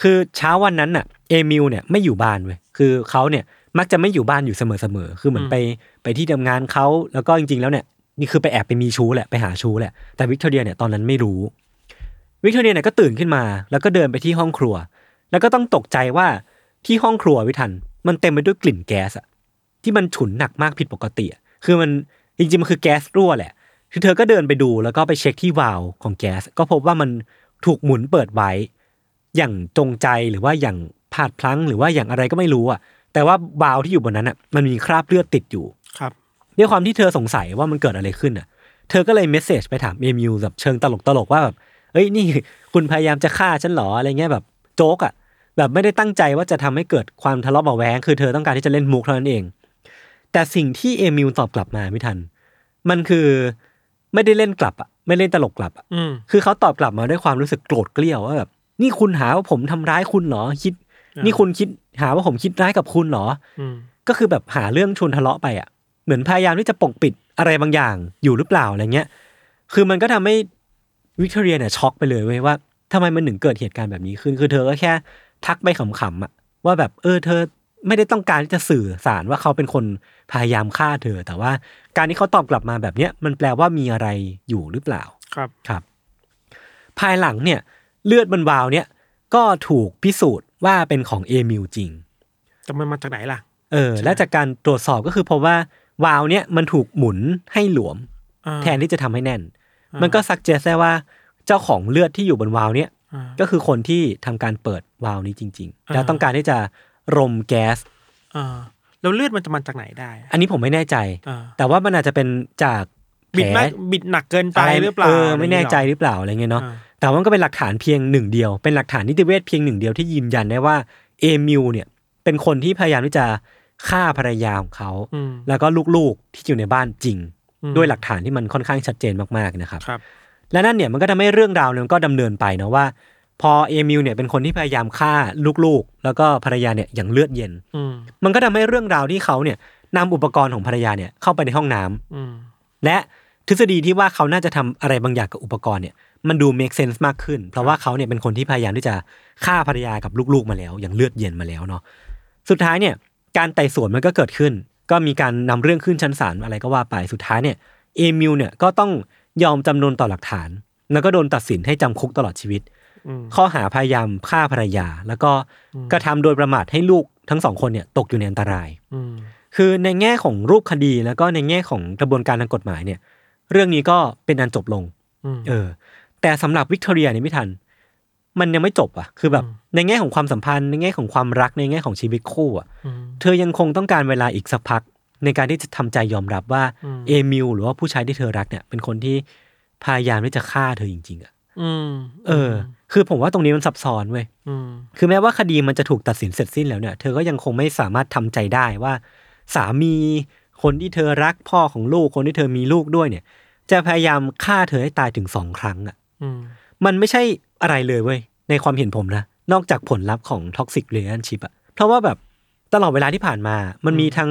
Speaker 2: คือเช้าวันนั้นน่ะเอมิลเนี่ยไม่อยู่บ้านเว้ยคือเขาเนี่ยมักจะไม่อยู่บ้านอยู่เสมอๆคือเหมือนไปไปที่ทำงานเขาแล้วก็จริงๆแล้วเนี่ยนี่คือไปแอบไปมีชู้แหละไปหาชู้แหละแต่วิกตอเรียเนี่ยตอนนั้นไม่รู้ วิกตอเรียเนี่ยก็ตื่นขึ้นมา แล้วก็เดินไปที่ห้องครัว แล้วก็ต้องตกใจว่าที่ห้องครัวพี่ทัน มันเต็มไปด้วยกลิ่นแก๊สอะที่มันฉุนหนักมากผิดปกติอะคือมันจริงๆมันคือแก๊สรั่วแหละ คือเธอก็เดินไปดูแล้วก็ไปเช็คที่วาล์วของแก๊ส ก็พบว่ามันถูกหมุนเปิดไว้ อย่างจงใจหรือว่าอย่างพลาดพลั้งหรือว่าอย่างอะไรก็ไม่รู้อ่ะแต่ว่าวาล์วที่อยู่บนนั้นอ่ะมันมีคราบเลือดติดอยู่
Speaker 3: ครับ
Speaker 2: ด้วยความที่เธอสงสัยว่ามันเกิดอะไรขึ้นอ่ะ เธอก็เลยเมสเซจไปถามเอมิวแบบเชิงตลกตลกๆว่าแบบเอ้ยนี่คุณพยายามจะฆ่าฉันเหรออะไรเงี้ยแบบโจ๊กอ่ะแบบไม่ได้ตั้งใจว่าจะทำให้เกิดความทะเลาะเบาะแวงคือเธอต้องการที่จะเล่นมุกเท่านั้นเอง แต่สิ่งที่เอมิวตอบกลับมาไม่ทัน มันคือไม่ได้เล่นกลับอ่ะไม่เล่นตลกกลับอะ
Speaker 3: อืม
Speaker 2: คือเขาตอบกลับมาด้วยความรู้สึกโกรธเกลี้ยวว่าแบบนี่คุณหาว่าผมทำร้ายคุณเหรอคิด
Speaker 3: อ่านี่
Speaker 2: นี่คุณคิดหาว่าผมคิดร้ายกับคุณเหรอ
Speaker 3: อืม
Speaker 2: ก็คือแบบหาเรื่องชวนทะเลาะไปอ่ะ เหมือนพยายามที่จะปกปิดอะไรบางอย่างอยู่หรือเปล่าอะไรเงี้ย คือมันก็ทำให้วิกตอเรียเนี่ยช็อกไปเลยเว้ยว่าทำไมมันถึงเกิดเหตุการณ์แบบนี้ขึ้น คือเธอก็แค่ทักไปขำๆอ่ะว่าแบบเออเธอไม่ได้ต้องการที่จะสื่อสารว่าเขาเป็นคนพยายามฆ่าเธอ แต่ว่าการที่เขาตอบกลับมาแบบเนี้ยมันแปลว่ามีอะไรอยู่หรือเปล่า
Speaker 3: ครับ
Speaker 2: ครับ ภายหลังเนี่ยเลือดบนวาล์วเนี่ยก็ถูกพิสูจน์ว่าเป็นของเอมิวจริง
Speaker 3: แต่มันมาจากไหนล่ะ
Speaker 2: เออ และจากการตรวจสอบก็คือพบว่าวาล์วเนี่ยมันถูกหมุนให้หลวม
Speaker 3: อ่า
Speaker 2: แทนที่จะทำให้แน่น มันก็ซักเจสได้ว่าเจ้าของเลือดที่อยู่บนวาล์วเนี่ย
Speaker 3: อ่า
Speaker 2: ก็คือคนที่ทำการเปิดวาล์วนี้จริง ๆ
Speaker 3: อ่า
Speaker 2: แล้วต้องการที่จะรมแก๊ส
Speaker 3: อ่าแล้วเลือดมันจะมาจากไหนได้อะ
Speaker 2: อันนี้ผมไม่แน่ใจ
Speaker 3: อ่า
Speaker 2: แต่ว่ามันอาจจะเป็นจากแผล
Speaker 3: บิดมากบิดหนักเกินไป
Speaker 2: ะ
Speaker 3: หรือเปล่า
Speaker 2: เออไม่แน่ใจหรือเปล่าอะไรเงี้ยเนาะ
Speaker 3: อ่า
Speaker 2: แต่ว่ามันก็เป็นหลักฐานเพียงหนึ่งเดียว เป็นหลักฐานนิติเวชเพียงหนึ่งเดียวที่ยืนยันได้ว่าเอมิวเนี่ยเป็นคนที่พยายามที่จะฆ่าภรรยาของเขา
Speaker 3: อืม
Speaker 2: แล้วก็ลูกๆที่อยู่ในบ้านจริง
Speaker 3: อืม
Speaker 2: ด้วยหลักฐานที่มันค่อนข้างชัดเจนมากๆนะครับ
Speaker 3: ครับ
Speaker 2: และนั่นเนี่ยมันก็ทำให้เรื่องราวเนี่ยมันก็ดำเนินไปนะว่า พอเอมิวเนี่ยเป็นคนที่พยายามฆ่าลูกๆ แล้วก็ภรรยาเนี่ยอย่างเลือดเย็น
Speaker 3: อืม
Speaker 2: มันก็ทำให้เรื่องราวที่เขาเนี่ยนำอุปกรณ์ของภรรยาเนี่ยเข้าไปในห้องน้ำ
Speaker 3: อืม
Speaker 2: และทฤษฎีที่ว่าเขาน่าจะทำอะไรบางอย่างกับอุปกรณ์เนี่ยมันดู make sense มากขึ้น เพราะว่าเขาเนี่ยเป็นคนที่พยายามที่จะฆ่าภรรยากับลูกๆมาแล้ว อย่างเลือดเย็นมาแล้วเนาะสุดท้ายเนี่ยการไต่สวนมันก็เกิดขึ้น ก็มีการนำเรื่องขึ้นชั้นศาลอะไรก็ว่าไปสุดท้ายเนี่ยเอมิวเนี่ยก็ต้องยอมจำนนต่อหลักฐาน แล้วก็โดนตัดสินให้จำคุกตลอดชีวิต
Speaker 3: อืม
Speaker 2: ข้อหาพยายามฆ่าภรรยา แล้วก็
Speaker 3: อืม
Speaker 2: กระทำโดยประมาทให้ลูกทั้งสองคนเนี่ยตกอยู่ในอันตราย
Speaker 3: อืม
Speaker 2: คือในแง่ของรูปคดีแล้วก็ในแง่ของกระบวนการทางกฎหมายเนี่ย เรื่องนี้ก็เป็นอันจบลง
Speaker 3: อืม
Speaker 2: เออ แต่สำหรับวิกตอเรียเนี่ยไม่ทัน มันยังไม่จบอ่ะ คือแบบ
Speaker 3: อืม
Speaker 2: ในแง่ของความสัมพันธ์ ในแง่ของความรักในแง่ของชีวิตคู่อ่ะ
Speaker 3: ม
Speaker 2: เธอยังคงต้องการเวลาอีกสักพัก ในการที่จะทำใจยอมรับว่า
Speaker 3: อืม
Speaker 2: เอมิลหรือว่าผู้ชายที่เธอรักเนี่ย เป็นคนที่พยายามที่จะฆ่าเธอจริง ๆอ่ะ
Speaker 3: อืม
Speaker 2: เออ คือผมว่าตรงนี้มันซับซ้อนเว้ย
Speaker 3: อืม
Speaker 2: คือแม้ว่าคดีมันจะถูกตัดสินเสร็จสิ้นแล้วเนี่ย เธอก็ยังคงไม่สามารถทำใจได้ว่า สามีคนที่เธอรักพ่อของลูกคนที่เธอมีลูกด้วยเนี่ย จะพยายามฆ่าเธอให้ตายถึงสองครั้งอ่ะ
Speaker 3: อืม
Speaker 2: มันไม่ใช่อะไรเลยเว้ย ในความเห็นผมนะ นอกจากผลลัพธ์ของท็อกซิกเร t i o n ชิ p อะเพราะว่าแบบตลอดเวลาที่ผ่านมา มันมีทั้ง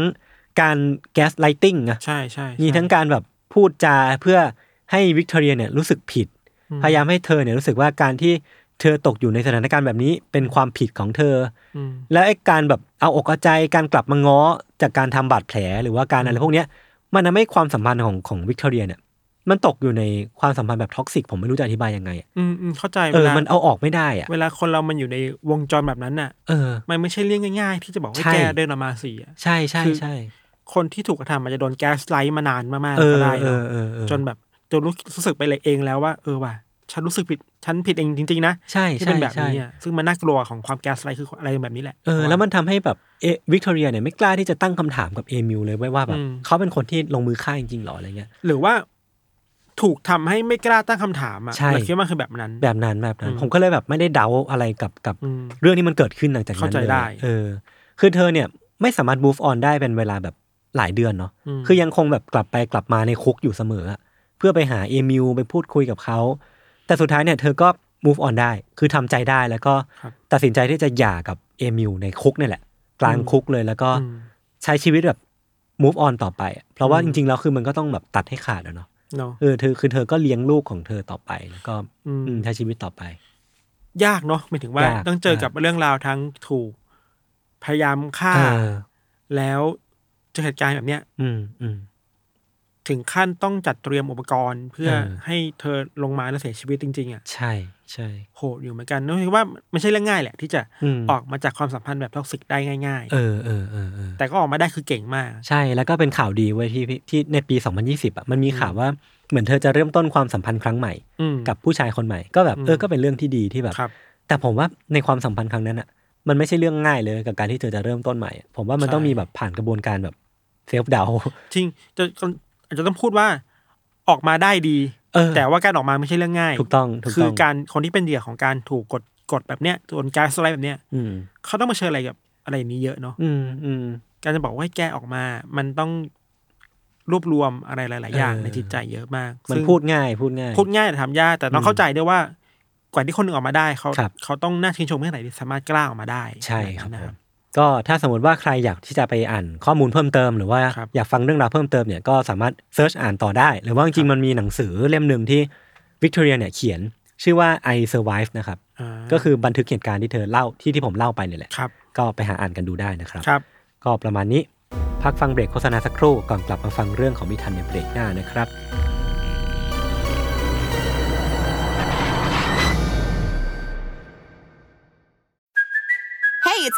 Speaker 2: การแก๊สไลติงอะ
Speaker 3: ใช่ใช่ใช่
Speaker 2: มีทั้งการแบบพูดจาเพื่อให้วิกตอเรียเนี่ยรู้สึกผิด
Speaker 3: อื
Speaker 2: พยายามให้เธอเนี่ยรู้สึกว่าการที่เธอตกอยู่ในสถานการณ์แบบนี้เป็นความผิดของเธอ
Speaker 3: อืม
Speaker 2: แล้วไอ้การแบบเอาอกเอาใจการกลับมาง้อจากการทำบาดแผลหรือว่าการอะไรพวกเนี้ยมันทำให้ความสัมพันธ์ของของวิกตอเรียเนี่ยมันตกอยู่ในความสัมพันธ์แบบท็อกซิกผมไม่รู้จะอธิบายยังไงอะ
Speaker 3: อืมอืมเข้าใจ
Speaker 2: เอ
Speaker 3: เว
Speaker 2: อ
Speaker 3: ลา
Speaker 2: มันเอาออกไม่ได้อ่ะ
Speaker 3: เวลาคนเรามันอยู่ในวงจรแบบนั้นน่ะ
Speaker 2: เออ
Speaker 3: มันไม่ใช่เรื่องง่าย ๆ ที่จะบอกว่า
Speaker 2: ใช่
Speaker 3: แกเดินออกมาสิอะ
Speaker 2: ใช่ใช่
Speaker 3: คือ
Speaker 2: ใช่
Speaker 3: คนที่ถูกกระทำอาจจะโดนแก๊สไลท์มานานมาก
Speaker 2: เอ
Speaker 3: ๆก็
Speaker 2: อ
Speaker 3: ได้
Speaker 2: เอ
Speaker 3: เน
Speaker 2: อ
Speaker 3: อะ
Speaker 2: เออเออ
Speaker 3: จนแบบจนรู้รู้สึกไปเลยเองแล้วว่าเออว่ะฉันรู้สึกผิดฉันผิดเองจริงๆนะ
Speaker 2: ใช่
Speaker 3: ที่
Speaker 2: ใช่
Speaker 3: เป็นแบบ
Speaker 2: ใช่
Speaker 3: นี้อะซึ่งมันน่ากลัวของความแก๊สไลท์คืออะไรแบบนี้แหละ
Speaker 2: เออแล้วมันทำให้แบบเอวิกตอเรียเนี่ยไม่กล้าที่จะตั้งคำถามกับเอมิวเลยเว้ยว่าแบ
Speaker 3: อื
Speaker 2: บ
Speaker 3: ม
Speaker 2: เขาเป็นคนที่ลงมือฆ่าจริงๆหรออะไรเงี้ย
Speaker 3: หรือว่าถูกทำให้ไม่กล้าตั้งคำถามอ่ะ
Speaker 2: ใช่
Speaker 3: เราคิดว่ามันคือแบบนั้น
Speaker 2: แบบนั้นแบบนั้น
Speaker 3: อืม
Speaker 2: ผมก็เลยแบบไม่ได้เดาอะไรกับกับ
Speaker 3: อืม
Speaker 2: เรื่องนี้มันเกิดขึ้นหลังจากนั้น
Speaker 3: เข้าใจ
Speaker 2: เลย
Speaker 3: ได้
Speaker 2: เออ คือเธอเนี่ยไม่สามารถ move on ได้เป็นเวลาแบบหลายเดือนเนาะ
Speaker 3: ม
Speaker 2: คือยังคงแบบกลับไปกลับมาในคุกอยู่เสมออะเพื่อไปหาเอมิวไปพูดคุยกับเขา แต่สุดท้ายเนี่ยเธอก็ move on ได้ คือทำใจได้แล้วก็
Speaker 3: ครับ
Speaker 2: ตัดสินใจที่จะหย่ากับเอมิวในคุกเนี่ยแหละ กลางคุกเลยแล้วก็
Speaker 3: อืม
Speaker 2: ใช้ชีวิตแบบ move on ต่อไปอะเพราะว่า
Speaker 3: อื
Speaker 2: จ
Speaker 3: ม
Speaker 2: ริงๆแล้วคือมันก็ต้องแบบตัดให้ขาดอะเนาะ
Speaker 3: เนาะ
Speaker 2: เออเธอคือเธอก็เลี้ยงลูกของเธอต่อไปแล้วก็
Speaker 3: อืม
Speaker 2: อืมใช้ชีวิตต่อไป
Speaker 3: ยากเนาะหมายถึงว่าย
Speaker 2: าก
Speaker 3: ต้องเจอกับเรื่องราวทั้งถูก พยายามฆ่า
Speaker 2: เออ
Speaker 3: แล้วเจอเหตุการณ์แบบเนี้ย
Speaker 2: อืมอืม
Speaker 3: ถึงขั้นต้องจัดเตรียมอุปกรณ์ เพื่อ
Speaker 2: เออ
Speaker 3: ให้เธอลงมาแล้วเสียชีวิตจริงๆอ่ะ
Speaker 2: ใช่ใช่
Speaker 3: โหดอยู่เหมือนกันนึกว่าไม่ใช่เรื่องง่ายแหละ ที่จะ
Speaker 2: อืม
Speaker 3: ออกมาจากความสัมพันธ์แบบท็อกซิกได้ง่าย
Speaker 2: เออเออเออเออ
Speaker 3: ๆ แต่ก็ออกมาได้คือเก่งมาก
Speaker 2: ใช่แล้วก็เป็นข่าวดีเว้ยที่ที่ที่ในปี 2020อ่ะมันมีข่าวว่าเหมือนเธอจะเริ่มต้นความสัมพันธ์ครั้งใหม่
Speaker 3: อืม
Speaker 2: กับผู้ชายคนใหม่ ก็แบบ
Speaker 3: อืม
Speaker 2: เออก็เป็นเรื่องที่ดีที่แบบ
Speaker 3: ครับ
Speaker 2: แต่ผมว่าในความสัมพันธ์ครั้งนั้นอ่ะ มันไม่ใช่เรื่องง่ายเลยกับการที่เธอจะเริ่มต้นใหม่อะผมว่ามัน
Speaker 3: ใช่
Speaker 2: ต้องมีแบบผ่านกระบวนการแบบ เซฟเดา
Speaker 3: จริงจะอาจจะต้องพูดว่าออกมาได้ดี
Speaker 2: เออ
Speaker 3: แต่ว่าการออกมาไม่ใช่เรื่องง่าย
Speaker 2: ถูกต้องถูก
Speaker 3: คื
Speaker 2: ต้
Speaker 3: อ
Speaker 2: อง
Speaker 3: การคนที่เป็นเหยื่อของการถูกกดกดแบบเนี้ยโดนการสไลด์แบบเนี้ย
Speaker 2: อืม
Speaker 3: เขาต้องมาเผชิญอะไรกับอะไรอย่างนี้เยอะเนาะ
Speaker 2: อืมอืม
Speaker 3: การจะบอกว่าให้แกออกมา มันต้องรวบรวมอะไรหลาย ๆ อย่าง
Speaker 2: เออ
Speaker 3: ในจิตใจเยอะมาก
Speaker 2: มัน
Speaker 3: ซึ่ง
Speaker 2: พูดง่ายพูดง่าย
Speaker 3: พูดง่ายแต่ทำยากแต่ต้องเข้าใจด้วยว่า กว่าที่คนหนึ่งออกมาได้เขา
Speaker 2: ครับ
Speaker 3: เขาต้องน่าชื่นชมแค่ไหนที่สามารถกล้าออกมาได้
Speaker 2: ใช่ครับ
Speaker 3: อะไอย่างนั้นนะ
Speaker 2: ผมก็ถ้าสมมติว่าใครอยากที่จะไปอ่านข้อมูลเพิ่มเติม หรือว่า
Speaker 3: ครับ
Speaker 2: อยากฟังเรื่องราวเพิ่มเติมเนี่ยก็สามารถเซิร์ชอ่านต่อได้ หรือว่าจริงๆมันมีหนังสือเล่มหนึ่งที่วิกตอเรียเนี่ยเขียนชื่อว่า I Survive นะครับ
Speaker 3: อ่า
Speaker 2: ก็คือบันทึกเหตุการณ์ที่เธอเล่าที่ที่ผมเล่าไปเนี่ยแหละ
Speaker 3: ครับ
Speaker 2: ก็ไปหาอ่านกันดูได้นะครับ
Speaker 3: ครับ
Speaker 2: ก็ประมาณนี้ พักฟังเบรกโฆษณาสักครู่ก่อนกลับมาฟังเรื่องของมิทันในเบรกหน้านะครับ
Speaker 4: Hey, it's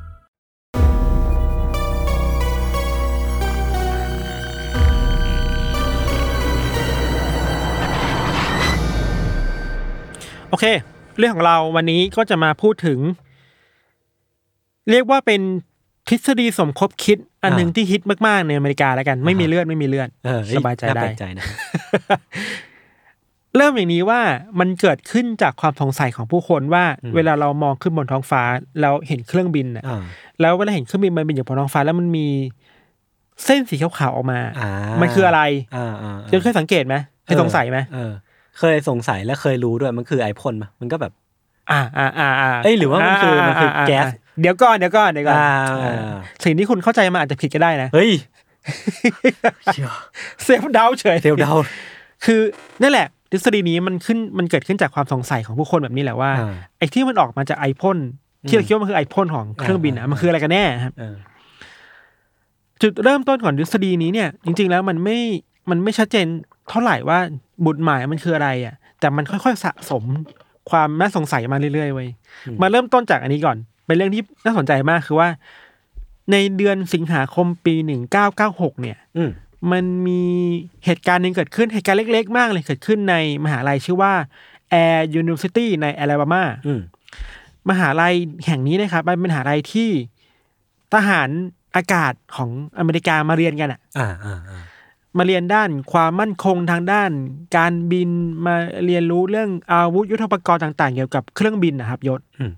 Speaker 3: โอเค เรื่องของเราวันนี้ก็จะมาพูดถึง เรียกว่าเป็นทฤษฎีสมคบคิด อันหนึ่ง
Speaker 2: อ่า
Speaker 3: ที่ฮิตมากๆ ในอเมริกาแล้วกัน ไม่มีเลือดไม่มีเลือด
Speaker 2: เออเอ้ย
Speaker 3: สบายใจ
Speaker 2: น่
Speaker 3: ได้
Speaker 2: แปลกใจนะ
Speaker 3: เริ่มอย่างนี้ว่ามันเกิดขึ้นจากความสงสัยของผู้คนว่า
Speaker 2: อืม
Speaker 3: เวลาเรามองขึ้นบนท้องฟ้าแล้วเห็นเครื่องบินน่ะ
Speaker 2: อ่า
Speaker 3: แล้วเวลาเห็นเครื่องบินมันบินอยู่บนท้องฟ้า แล้วมันมีเส้นสีขาวๆออกมา
Speaker 2: อ่า
Speaker 3: มันคืออะไร
Speaker 2: อ่าอ่าอ่า
Speaker 3: ยังเคยสังเกตไหมเคยสงสัยไหม
Speaker 2: เออ เคยสงสัยและเคยรู้ด้วยมันคือไอพ่นปะมันก็แบบ
Speaker 3: อ่าอ่าอ่าา
Speaker 2: เอ้ยหรือว่ามันคือมันคือแก๊ส
Speaker 3: เดี๋ยวก่อนเดี๋ยวก่อนเดี๋ยวก่อน
Speaker 2: อ่า
Speaker 3: สิ่งที่คุณเข้าใจมาอาจจะผิดก็ได้นะ
Speaker 2: เฮ้ย
Speaker 3: เซลฟ์เดาเฉย
Speaker 2: เซลเดา
Speaker 3: คือนั่นแหละ ทฤษฎีนี้มันขึ้นมันเกิดขึ้นจากความสงสัยของผู้คนแบบนี้แหละว่า
Speaker 2: อ่า
Speaker 3: ไอ้ที่มันออกมาจากไอพ่นที่เราคิดว่ามันคือไอพ่นของเครื่องบินนะ
Speaker 2: อ่ามั
Speaker 3: มันคืออะไรกันแน่ครับ
Speaker 2: เออ
Speaker 3: จุดเริ่มต้นของทฤษฎีนี้เนี่ย จริง ๆ แล้วมันไม่มันไม่ชัดเจนเท่าไหร่ว่าบุตรหมายมันคืออะไรอ่ะ แต่มันค่อยๆสะสมความน่าสงสัยมาเรื่อยๆเว้ย
Speaker 2: อืม
Speaker 3: มาเริ่มต้นจากอันนี้ก่อน เป็นเรื่องที่น่าสนใจมากคือว่า ในเดือนสิงหาคมปีหนึ่งเก้าเก้าหกเนี่ย
Speaker 2: อืม
Speaker 3: มันมีเหตุการณ์หนึ่งเกิดขึ้นเหตุการณ์เล็กๆ มากเลยเกิดขึ้นในมหาลัยชื่อว่า Air University ในแอลาบามา
Speaker 2: อืม
Speaker 3: มหาลัยแห่งนี้นะครับมันเป็นมหาลัยที่ทหารอากาศของอเมริกามาเรียนกันอะ
Speaker 2: อ่าอ่าอ่า
Speaker 3: มาเรียนด้านความมั่นคงทางด้าน การบินมาเรียนรู้เรื่องอาวุธยุทโธปกรณ์ต่างๆ เกี่ยวกับเครื่องบินนะครับยศ
Speaker 2: อืม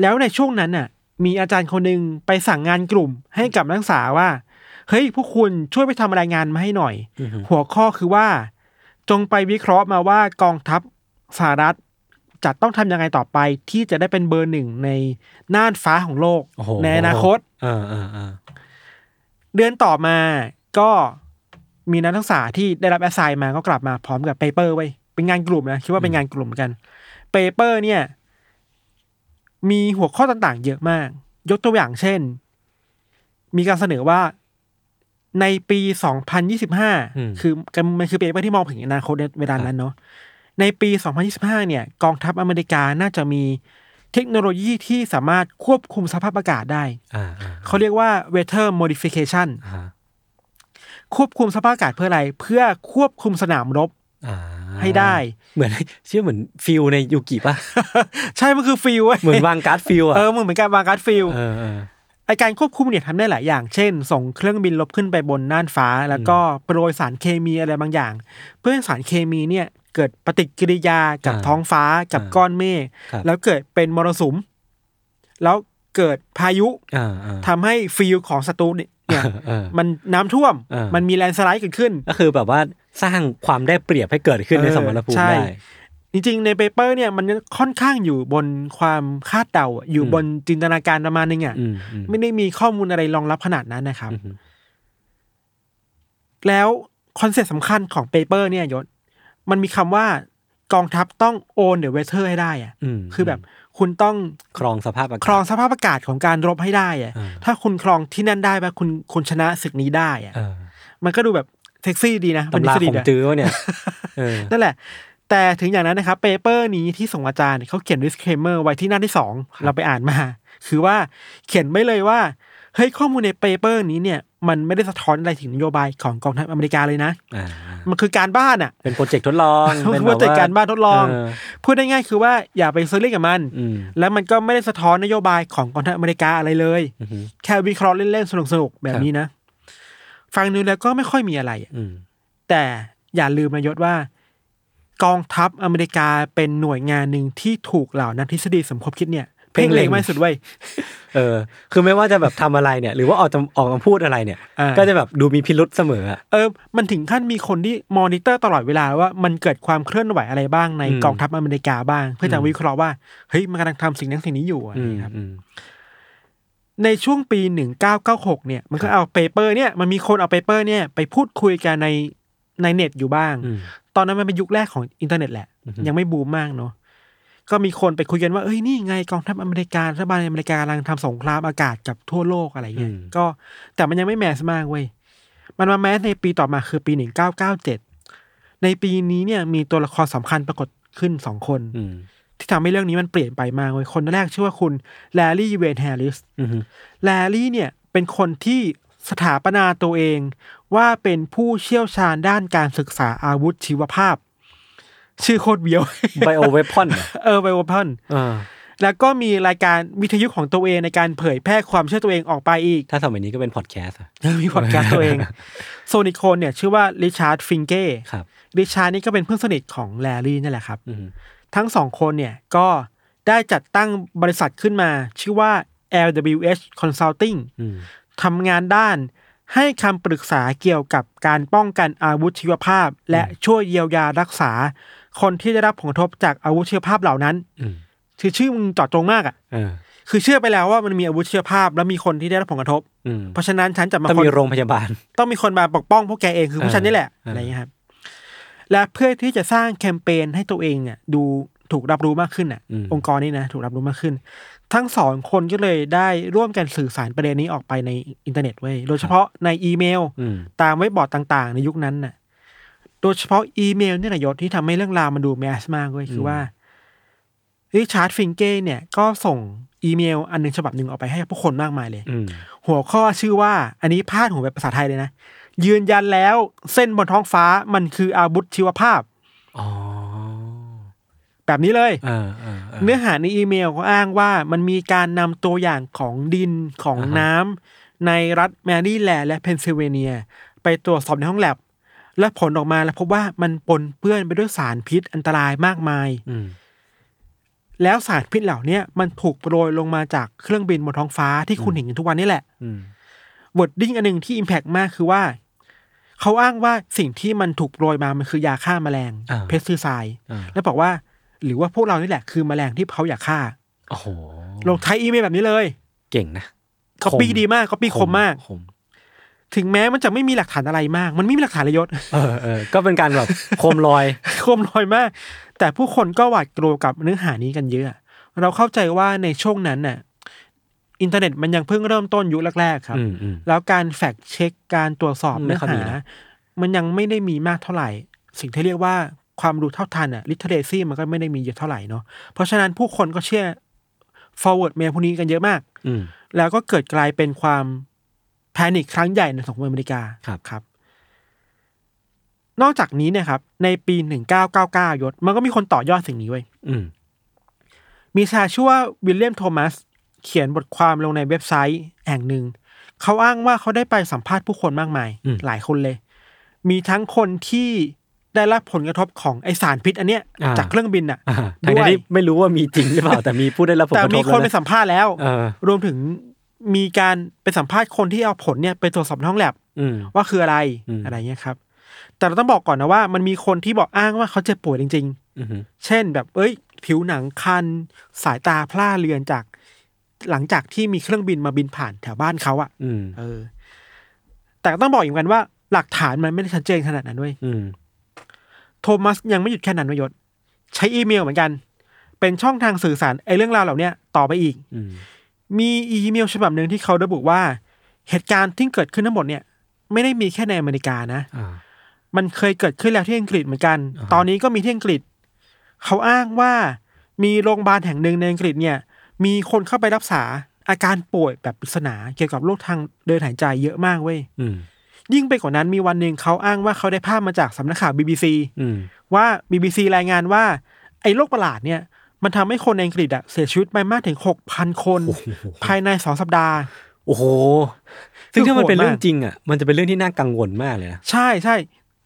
Speaker 3: แล้วในช่วงนั้นน่ะ มีอาจารย์คนหนึ่งไปสั่งงานกลุ่มให้กับนักศึกษาว่า เฮ้ยพวกคุณช่วยไปทำรายงานมาให้หน่อย
Speaker 2: อืม
Speaker 3: หัวข้อคือว่า จงไปวิเคราะห์มาว่ากองทัพสหรัฐจะต้องทำยังไงต่อไป ที่จะได้เป็นเบอร์หนึ่งในน่านฟ้าของโลก
Speaker 2: โอ้โห
Speaker 3: ในอนาคต
Speaker 2: อ่าอ่าอ่า
Speaker 3: เดือนต่อมาก็มีนักศึกษาที่ได้รับแอสไซน์มาก็กลับมาพร้อมกับเปเปอร์ไว้ยเป็นงานกลุ่มนะคิดว่าเป็นงานกลุ่มเหมือนกันเปเปอร์เนี่ย มีหัวข้อต่างๆ เยอะมาก ยกตัวอย่างเช่น มีการเสนอว่าในปี 2025 คือมันคือเปเปอร์ที่มองถึงอนาคตในเวลานั้นเนาะในปี 2025 เนี่ย กองทัพอเมริกาน่าจะมีเทคโนโลยีที่สามารถควบคุมสภาพอากาศได้
Speaker 2: อ่าอ่า
Speaker 3: เขาเรียกว่า weather modification
Speaker 2: อ่า
Speaker 3: ควบคุมสภาพอากาศเพื่ออะไร เพื่อควบคุมสนามรบ
Speaker 2: อ่า
Speaker 3: ให้ได้ [laughs]
Speaker 2: เหมือน ชื่อเหมือนฟิลในยูกิป่ะ
Speaker 3: ใช่มันคือฟิลเว้ย
Speaker 2: เหมือนวางการ์ดฟิลอ่ะ
Speaker 3: [laughs] เออมึงเหมือนการวางการดฟิล
Speaker 2: เออเออ
Speaker 3: ไอการควบคุมเนี่ยทำได้หลายอย่าง เช่น ส่งเครื่องบินลบขึ้นไปบนน่านฟ้า แล้วก็โปรยสารเคมีอะไรบางอย่าง เพื่อให้สารเคมีเนี่ยเกิดปฏิกิริยากับท้องฟ้ากับก้อนเมฆ
Speaker 2: ครับ
Speaker 3: แล้วเกิดเป็นมรสุม แล้วเกิดพายุ
Speaker 2: อ่าอ่า
Speaker 3: ทำให้ฟิลของศัตรู
Speaker 2: [laughs]
Speaker 3: เนี่ย
Speaker 2: เออ
Speaker 3: มันน้ำท่วม
Speaker 2: เออ
Speaker 3: มันมีแลนด์สไลด์เกิดขึ้น
Speaker 2: ก็คือแบบว่าสร้างความได้เปรียบให้เกิดขึ้นใน
Speaker 3: เออ
Speaker 2: สมรภูมิ
Speaker 3: ใช่
Speaker 2: ได้
Speaker 3: จริงๆ ในเปเปอร์เนี่ยมันค่อนข้างอยู่บนความคาดเดาอะอยู่
Speaker 2: อืม
Speaker 3: บนจินตนาการประมาณนึงอ่ะ
Speaker 2: อืมอืม
Speaker 3: ไม่ได้มีข้อมูลอะไรรองรับขนาดนั้นนะครับ
Speaker 2: อืม
Speaker 3: แล้วคอนเซ็ปต์สำคัญของเปเปอร์เนี่ยยศมันมีคำว่ากองทัพต้อง own the weather ให้ได้อ่ะ
Speaker 2: อืม
Speaker 3: คือแบบคุณต้อง
Speaker 2: ครองสภาพอากาศ
Speaker 3: ครองสภาพอากาศของการรบให้ได้อ่ะ
Speaker 2: เออ
Speaker 3: ถ้าคุณครองที่นั่นได้ปะคุณคุณชนะศึกนี้ได้อ่ะ
Speaker 2: เออ
Speaker 3: มันก็ดูแบบ เท็กซี่ดีนะเป็
Speaker 2: ตำ
Speaker 3: นทฤ
Speaker 2: รา
Speaker 3: ษฎี
Speaker 2: ของ
Speaker 3: นะ
Speaker 2: จื้อ
Speaker 3: [laughs]
Speaker 2: วะเนี่ยเออ
Speaker 3: นั่นแหละ แต่ถึงอย่างนั้นนะครับเปเปอร์นี้ที่ส่งอาจารย์เขาเขียน disclaimer ไว้ที่หน้าที่สองเราไปอ่านมา คือว่าเขียนไว้เลยว่า เฮ้ยข้อมูลในเปเปอร์นี้เนี่ย มันไม่ได้สะท้อนอะไรถึงนโยบายของกองทัพอเมริกาเลยนะ
Speaker 2: อ่า
Speaker 3: มันคือการบ้านอ่ะ
Speaker 2: เป็นโปรเจกต์ทดล
Speaker 3: [laughs]
Speaker 2: อง
Speaker 3: เป็น
Speaker 2: แบบ
Speaker 3: โปรเจกต์การบ้านทดลอง
Speaker 2: เ
Speaker 3: พูดได้ง่ายคือว่าอย่าไปซื้อเล่นกับมัน
Speaker 2: อืม
Speaker 3: แล้วมันก็ไม่ได้สะท้อนนโยบายของกองทัพอเมริกาอะไรเลย
Speaker 2: อือหือ
Speaker 3: แค่วิเคราะห์เล่นๆสนุกๆแบบนี้นะ ฟังดูแล้วก็ไม่ค่อยมีอะไรอะ
Speaker 2: อืม
Speaker 3: แต่อย่าลืมนายศว่า กองทัพอเมริกาเป็นหน่วยงานหนึ่งที่ถูกเหล่านักทฤษฎีสมคบคิดเนี่ยเพ่งเล็งมากที่สุดไว้ย
Speaker 2: เออ คือไม่ว่าจะแบบทำอะไรเนี่ย หรือว่าออกจะออกมาพูดอะไรเนี่ย
Speaker 3: อ่า
Speaker 2: ก็จะแบบดูมีพิรุษเสมออะ
Speaker 3: เออมันถึงขั้นมีคนที่มอนิเตอร์ตลอดเวลาว่ามันเกิดความเคลื่อนไหวอะไรบ้างใน
Speaker 2: อืม
Speaker 3: กองทัพอเมริกาบ้าง เพื่อจะวิเคราะห์ว่าเฮ้ยมันกำลังทำสิ่งนั้นสิ่งนี้อยู่อะไร
Speaker 2: อืม
Speaker 3: ครับ
Speaker 2: อืม
Speaker 3: ในช่วงปี 1996เนี่ยมันก็เอาเปเปอร์เนี่ยมันมีคนเอาเปเปอร์เนี่ยไปพูดคุยกันในในเน็ตอยู่บ้าง
Speaker 2: อืม
Speaker 3: ตอนนั้นมันเป็นยุคแรกของอินเทอร์เน็ตแหละ
Speaker 2: อือฮึ
Speaker 3: ยังไม่บูมมากเนาะก็มีคนไปคุยกันว่าเอ้ยนี่ไงกองทัพอเมริการัฐบาลอเมริกากำลังทำสงครามอากาศกับทั่วโลกอะไรเงี้ยก็แต่มันยังไม่แมสมากเว้ยมันมาแมสในปีต่อมาคือปีหนึ่งเก้าเก้าเจ็ดในปีนี้เนี่ยมีตัวละครสำคัญปรากฏขึ้นสองคน
Speaker 2: อืม
Speaker 3: ที่ทำให้เรื่องนี้มันเปลี่ยนไปมากเว้ยคนแรกชื่อว่าคุณแลรี่เวนแฮริส
Speaker 2: อืมอืม
Speaker 3: แลรี่เนี่ยเป็นคนที่สถาปนาตัวเองว่าเป็นผู้เชี่ยวชาญด้านการศึกษาอาวุธชีวภาพ ชื่อโคตร
Speaker 2: [laughs]
Speaker 3: เบี้ยว
Speaker 2: ไบโอเวพอนเหรอ
Speaker 3: เออไบโอพัน
Speaker 2: เออ
Speaker 3: แล้วก็มีรายการวิทยุของตัวเองในการเผยแพร่ความเชื่อตัวเองออกไปอีก [laughs]
Speaker 2: ถ้าสมัยนี้ก็เป็นพอดแคสต์อะ
Speaker 3: มีพอดแคสต์ตัวเอง
Speaker 2: [laughs]
Speaker 3: โซนิคคนเนี่ยชื่อว่าริชาร์ดฟิงเก้
Speaker 2: ครับ
Speaker 3: ริชาร์ดนี่ก็เป็นเพื่อนสนิทของแลรี่นี่แหละครับ
Speaker 2: อืม
Speaker 3: ทั้งสองคนเนี่ยก็ได้จัดตั้งบริษัทขึ้นมา ชื่อว่า LWH Consulting
Speaker 2: อืม
Speaker 3: ทำงานด้านให้คำปรึกษาเกี่ยวกับการป้องกันอาวุธชีวภาพ และช่วยเยียวยารักษา คนที่ได้รับผลกระทบจากอาวุธชีวภาพเหล่านั้น
Speaker 2: อืม
Speaker 3: คือชื่อมึงเจอดจงมากอ่ะ
Speaker 2: เออ
Speaker 3: คือเชื่อไปแล้วว่ามันมีอาวุธชีวภาพ แล้วมีคนที่ได้รับผลกระทบ
Speaker 2: อืม
Speaker 3: เพราะฉะนั้นฉันจะมา
Speaker 2: ต้อง
Speaker 3: คน
Speaker 2: มีโรงพยาบาล
Speaker 3: ต้องมีคนมาปกป้องพวกแกเองคือ
Speaker 2: เออ
Speaker 3: ผู้ชันนี่แหละ
Speaker 2: เอออ
Speaker 3: อะไรอย่างเงี้ยครับและเพื่อที่จะสร้างแคมเปญให้ตัวเองเนี่ยดูถูกรับรู้มากขึ้นอ่ะ องค์กรนี้นะถูกรับรู้มากขึ้น ทั้งสองคนก็เลยได้ร่วมกันสื่อสารประเด็นนี้ออกไปในอินเทอร์เน็ตเว้ยโดยเฉพาะในอีเมล
Speaker 2: อืม
Speaker 3: ตามเว็บบอร์ดต่างๆ ในยุคนั้นน่ะ โดยเฉพาะอีเมลเนี่ยนะยศที่ทำให้เรื่องราวมันดูแมสมากเว้ยคือว่าริชาร์ดฟิงเก้เนี่ย ก็ส่งอีเมลอันหนึงฉบับหนึ่งออกไปให้ผู้คนมากมายเลย
Speaker 2: อืม
Speaker 3: หัวข้อชื่อว่า อันนี้พาดหัวแบบภาษาไทยเลยนะ ยืนยันแล้วเส้นบนท้องฟ้ามันคืออาวุธชีวภาพ
Speaker 2: อ๋อ
Speaker 3: แบบนี้เลย
Speaker 2: เออเออเออ
Speaker 3: เนื้อหาในอีเมลก็อ้างว่ามันมีการนำตัวอย่างของดินของ
Speaker 2: อ่าฮะ
Speaker 3: น้ำในรัฐแมรี่แลนด์และเพนซิลเวเนีย ไปตรวจสอบในห้องแลบ และผลออกมาแล้วพบว่ามันปนเปื้อนไปด้วยสารพิษอันตรายมากมาย
Speaker 2: อืม
Speaker 3: แล้วสารพิษเหล่าเนี้ยมันถูกโปรยลงมาจากเครื่องบินบนท้องฟ้าที่คุณเห็นกันทุกวันนี่แหละ
Speaker 2: อืม
Speaker 3: วอร์ดดิ้งอันหนึ่งที่อิมแพกมากคือว่า เขาอ้างว่าสิ่งที่มันถูกโปรยมามันคือยาฆ่าแมลง
Speaker 2: อ่า
Speaker 3: เพสติไซด์
Speaker 2: อ่า
Speaker 3: แล้วบอกว่า หรือว่าพวกเรานี่แหละคือแมลงที่เขาอยากฆ่า
Speaker 2: โอ้โห
Speaker 3: ลงท้ายอีเมลแบบนี้เลย
Speaker 2: เก่งนะ
Speaker 3: ก็ปี้ดีมากก็ปี้คมมาก
Speaker 2: คม
Speaker 3: ถึงแม้มันจะไม่มีหลักฐานอะไรมาก มันไม่มีหลักฐานเลยยศ [laughs]
Speaker 2: เออเออก็เป็นการแบบโคมลอย
Speaker 3: โคมลอยมาก แต่ผู้คนก็หวาดกลัวกับเนื้อหานี้กันเยอะ เราเข้าใจว่าในช่วงนั้นน่ะ อินเทอร์เน็ตมันยังเพิ่งเริ่มต้นยุคแรกๆครับ
Speaker 2: อืมอืม
Speaker 3: แล้วการแฟกเช็คการตรวจสอบ
Speaker 2: อืม
Speaker 3: เนื้อ
Speaker 2: ไม่ค่อยมี
Speaker 3: หา
Speaker 2: นะ
Speaker 3: มันยังไม่ได้มีมากเท่าไหร่ สิ่งที่เรียกว่าความรู้เท่าทันอะลิทเ a ซี่มันก็ไม่ได้มีเยอะเท่าไหร่เนาะเพราะฉะนั้นผู้คนก็เชื่อ forward mail พวกนี้กันเยอะมาก
Speaker 2: อืม
Speaker 3: แล้วก็เกิดกลายเป็นความแพนิคครั้งใหญ่ในสังคมอเมริกา
Speaker 2: ครับ
Speaker 3: ครับ นอกจากนี้เนี่ยครับ ในปี 1999 ยศ มันก็มีคนต่อยอดสิ่งนี้ไว้ย
Speaker 2: อืม
Speaker 3: มีชายชื่อว่าวิลเลียมโทมัส เขียนบทความลงในเว็บไซต์แห่งหนึ่ง เขาอ้างว่าเขาได้ไปสัมภาษณ์ผู้คนมากมาย หลายคนเลย มีทั้งคนที่ได้รับผลกระทบของไอสารพิษ อันเนี้ยจากเครื่องบินอ่ะ
Speaker 2: อ่าทั้ง
Speaker 3: ด้วย
Speaker 2: ที่ไม่รู้ว่ามีจริงหรือเปล่า แต่มีผู้ได้รับผล
Speaker 3: แต่
Speaker 2: กระท
Speaker 3: มี
Speaker 2: บ
Speaker 3: คนไป
Speaker 2: แล้วะ
Speaker 3: สัมภาษณ์แล้ว
Speaker 2: เออ
Speaker 3: รวมถึงมีการไปสัมภาษณ์คนที่เอาผลเนี่ยไปตรวจสอบในห้องแลบ
Speaker 2: อืม
Speaker 3: ว่าคืออะไร
Speaker 2: อืม
Speaker 3: อะไรเงี้ยครับ แต่เราต้องบอกก่อนนะว่า มันมีคนที่บอกอ้างว่าเขาเจ็บป่วยจริง
Speaker 2: อืม
Speaker 3: ๆ เช่นแบบเอ้ย ผิวหนังคัน สายตาพร่าเรือนจาก หลังจากที่มีเครื่องบินมาบินผ่านแถวบ้านเขาอะ
Speaker 2: อืม
Speaker 3: เออ แต่ก็ต้องบอกอีกกันว่า หลักฐานมันไม่ได้ชัดเจนขนาดนั้นด้วย
Speaker 2: อืม
Speaker 3: โทมัสยังไม่หยุดแค่นั้นวยศ ใช้อีเมลเหมือนกัน เป็นช่องทางสื่อสารไอ้เรื่องราวเหล่าเนี้ยต่อไปอีก
Speaker 2: อืม
Speaker 3: มีอีเมลฉบับหนึ่งที่เขาระบุว่า เหตุการณ์ที่เกิดขึ้นทั้งหมดเนี่ย ไม่ได้มีแค่ในอเมริกานะ
Speaker 2: อ่า
Speaker 3: มันเคยเกิดขึ้นแล้วที่อังกฤษเหมือนกัน
Speaker 2: อ่าฮะ
Speaker 3: ตอนนี้ก็มีที่อังกฤษ เขาอ้างว่ามีโรงพยาบาลแห่งหนึ่งในอังกฤษเนี่ย มีคนเข้าไปรักษาอาการป่วยแบบปริศนาเกี่ยวกับโรคทางเดินหายใจเยอะมากเว้ย
Speaker 2: อืม
Speaker 3: ยิ่งไปกว่านั้นมีวันหนึ่งเขาอ้างว่าเขาได้ภาพมาจากสำนักข่าว BBC
Speaker 2: อืม
Speaker 3: ว่า BBC รายงานว่า ไอ้โรคประหลาดเนี่ย มันทำให้คนในอังกฤษอะเสียชีวิตไปมากถึง 6,000 คน
Speaker 2: โอ้โห
Speaker 3: ภายในสองสัปดาห์
Speaker 2: โอ้โห ซึ่งถ้ามันเป็น
Speaker 3: คือโหดมาก
Speaker 2: เรื่องจริงอ่ะ มันจะเป็นเรื่องที่น่ากังวลมากเลยนะ
Speaker 3: ใช่ใช่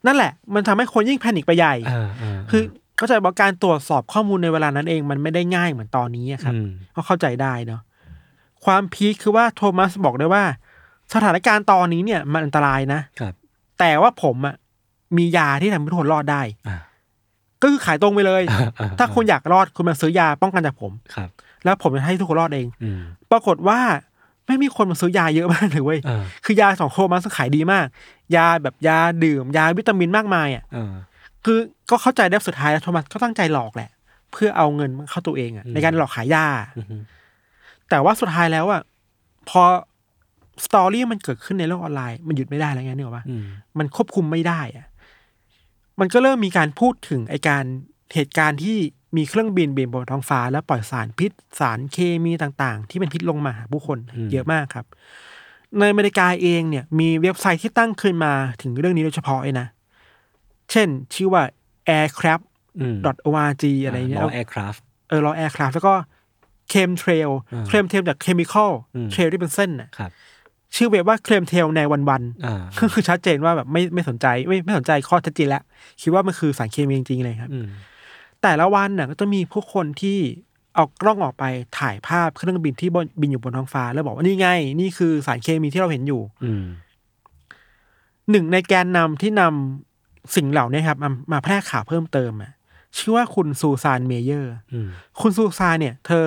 Speaker 3: นั่นแหละ มันทำให้คนยิ่งแพนิคไปใหญ่ คือเข้าใจว่าการตรวจสอบข้อมูลในเวลานั้นเองมันไม่ได้ง่ายเหมือนตอนนี้อะครับ
Speaker 2: อืม
Speaker 3: ก็เข้าใจได้เนาะความพีคคือว่าโทมัสบอกได้ว่า สถานการณ์ตอนนี้เนี่ยมันอันตรายนะ
Speaker 2: ครับ
Speaker 3: แต่ว่าผมอะมียาที่ทำให้ทุกคนรอดได้
Speaker 2: อ่า
Speaker 3: ก็คือขายตรงไป
Speaker 2: [laughs]
Speaker 3: เลย
Speaker 2: อ่
Speaker 3: [laughs] ถ้าคุณอยากรอดคุณมาซื้อยาป้องกันจากผม
Speaker 2: ครับ
Speaker 3: แล้วผมจะให้ทุกคนรอดเอง
Speaker 2: อืม
Speaker 3: ปรากฏว่าไม่มีคนมาซื้อยาเยอะมากเลยเว้ย
Speaker 2: อ่า
Speaker 3: คือยาสองโคมันขายดีมาก ยาแบบยาดื่ม ยาวิตามินมากมายอ่ะ
Speaker 2: อ่า
Speaker 3: คือก็เข้าใจได้ว่าสุดท้ายแล้วโทมัสก็ตั้งใจหลอกแหละ เพื่อเอาเงินเข้าตัวเองอะ
Speaker 2: อืม
Speaker 3: ในการหลอกขายยา
Speaker 2: อือฮึ
Speaker 3: แต่ว่าสุดท้ายแล้วอะพอสตอรี่มันเกิดขึ้นในโลกออนไลน์ มันหยุดไม่ได้แล้วไงนึกออกปะ
Speaker 2: อืม
Speaker 3: มันควบคุมไม่ได้อะมันก็เริ่มมีการพูดถึงไอการเหตุการณ์ที่มีเครื่องบินบินบนท้องฟ้า แล้วปล่อยสารพิษ สารเคมีต่างๆ ที่เป็นพิษลงมาหาผู้คนเยอะมากครับ ในอเมริกาเองเนี่ย มีเว็บไซต์ที่ตั้งขึ้นมาถึงเรื่องนี้โดยเฉพาะเลยนะ เช่น ชื่อว่า aircraft
Speaker 2: อืม
Speaker 3: .org อะไรเงี้ย
Speaker 2: รอแอร์คราฟ
Speaker 3: เออรอแอร์คราฟแล้วก็เคมเทรล
Speaker 2: อ่า
Speaker 3: เคลมเทรลจากเคมีคอล
Speaker 2: อืม
Speaker 3: เทรลที่เป็นเส้นน่ะ
Speaker 2: ครับ
Speaker 3: ชื่อเว็บว่าเคลมเทรลในวันวัน
Speaker 2: อ่า
Speaker 3: ก็คือ [laughs] ชัดเจนว่าแบบไม่ไม่สนใจไม่ไม่สนใจข้อเท็จจริงแล้ว คิดว่ามันคือสารเคมีจริงๆเลยครับ
Speaker 2: อืม
Speaker 3: แต่ละวันน่ะก็จะมีผู้คนที่เอากล้องออกไปถ่ายภาพเครื่องบินที่บนบินอยู่บนท้องฟ้า แล้วบอกว่านี่ไง นี่คือสารเคมีที่เราเห็นอยู่
Speaker 2: อืม
Speaker 3: หนึ่งในแกนนำที่นำสิ่งเหล่านี้ครับมามาแพร่ข่าวเพิ่มเติมอะชื่อว่าคุณซูซานเมเยอร์
Speaker 2: อืม
Speaker 3: คุณซูซานเนี่ย เธอ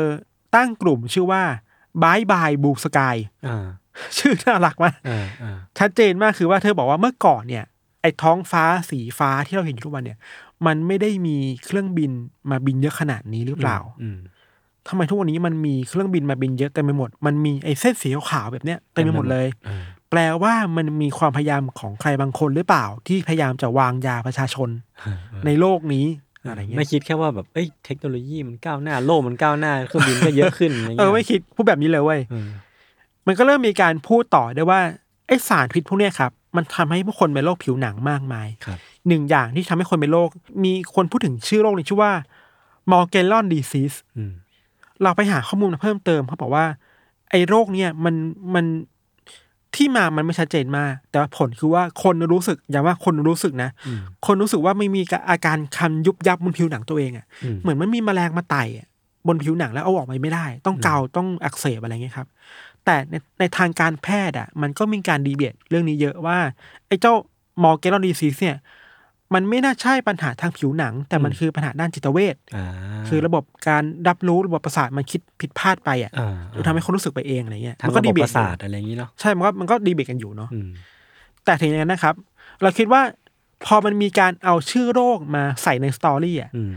Speaker 3: ตั้งกลุ่มชื่อว่าบายบายบูสกาย
Speaker 2: อ่า
Speaker 3: ชื่อน่ารักมาก
Speaker 2: อ่าอ่า
Speaker 3: ชัดเจนมากคือว่าเธอบอกว่าเมื่อก่อนเนี่ย ไอ้ท้องฟ้าสีฟ้าที่เราเห็นอยู่ทุกวันเนี่ย มันไม่ได้มีเครื่องบินมาบินเยอะขนาดนี้หรือเปล่า
Speaker 2: อืม
Speaker 3: ทำไมทุกวันนี้มันมีเครื่องบินมาบินเยอะเต็มไปหมด มันมีไอ้เส้นสีขาวๆแบบเนี้ยเต็มไปหมดเลย
Speaker 2: อ่า
Speaker 3: แปลว่ามันมีความพยายามของใครบางคนหรือเปล่า ที่พยายามจะวางยาประชาชน
Speaker 2: อ่า
Speaker 3: ในโลกนี้อะไรเงี้ย
Speaker 2: ไม่คิดแค่ว่าแบบเอ้ยเทคโนโลยีมันก้าวหน้าโลกมันก้าวหน้าเครื่องบินก็เยอะขึ้นอะไร
Speaker 3: เอ
Speaker 2: เงี้ย
Speaker 3: อไม่คิดพูดแบบนี้เลยเว้ย
Speaker 2: เออ
Speaker 3: มันก็เริ่มมีการพูดต่อได้วยว่าไอสารพิษพวกเนี้ยครับ มันทำให้ผู้คนเป็นโรคผิวหนังมากมาย
Speaker 2: ครับ
Speaker 3: หนึ่งอย่างที่ทำให้คนเป็นโรคมีคนพูดถึงชื่อโรคนี้ชื่อว่า m o r g e l l o n disease
Speaker 2: อืม
Speaker 3: เราไปหาข้อมูลมาเพิ่มเติมเขาบอกว่า ไอโรคเนี่ยมันมันที่มามันไม่ชัดเจนมาก แต่ว่าผลคือว่าคนรู้สึกอย่าว่าคนรู้สึกนะ
Speaker 2: อืม
Speaker 3: คนรู้สึกว่าไม่มีอาการคันยุบยับบนผิวหนังตัวเองอะ
Speaker 2: อืม
Speaker 3: เหมือนมันมีแมลงมาไต่อะบนผิวหนังแล้วเอาออกไปไม่ได้ ต้องเกาต้องอักเสบอะไรเงี้ยครับ แต่ในในทางการแพทย์อ่ะ มันก็มีการดีเบตเรื่องนี้เยอะว่า ไอ้เจ้ามอร์เกลอนดีซีสเนี่ย มันไม่น่าใช่ปัญหาทางผิวหนัง แต่มันคือปัญหาด้านจิตเวช
Speaker 2: อ่า
Speaker 3: คือระบบการรับรู้ระบบประสาทมันคิดผิดพลาดไปอ่ะ
Speaker 2: อ่า
Speaker 3: หรือทำให้คนรู้สึกไปเองอะไรเงี้ย
Speaker 2: ทาง
Speaker 3: มัก็
Speaker 2: ระบบประ
Speaker 3: อ
Speaker 2: สา
Speaker 3: ยู่
Speaker 2: ทอะไรอย่างงี้เนาะ
Speaker 3: ใช่มันก็มันก็ดีเบตกันอยู่เนาะ
Speaker 2: อืม
Speaker 3: แต่ถึงอย่างนั้นนะครับ เราคิดว่าพอมันมีการเอาชื่อโรคมาใส่ในสตอรี่อ่ะ
Speaker 2: อืม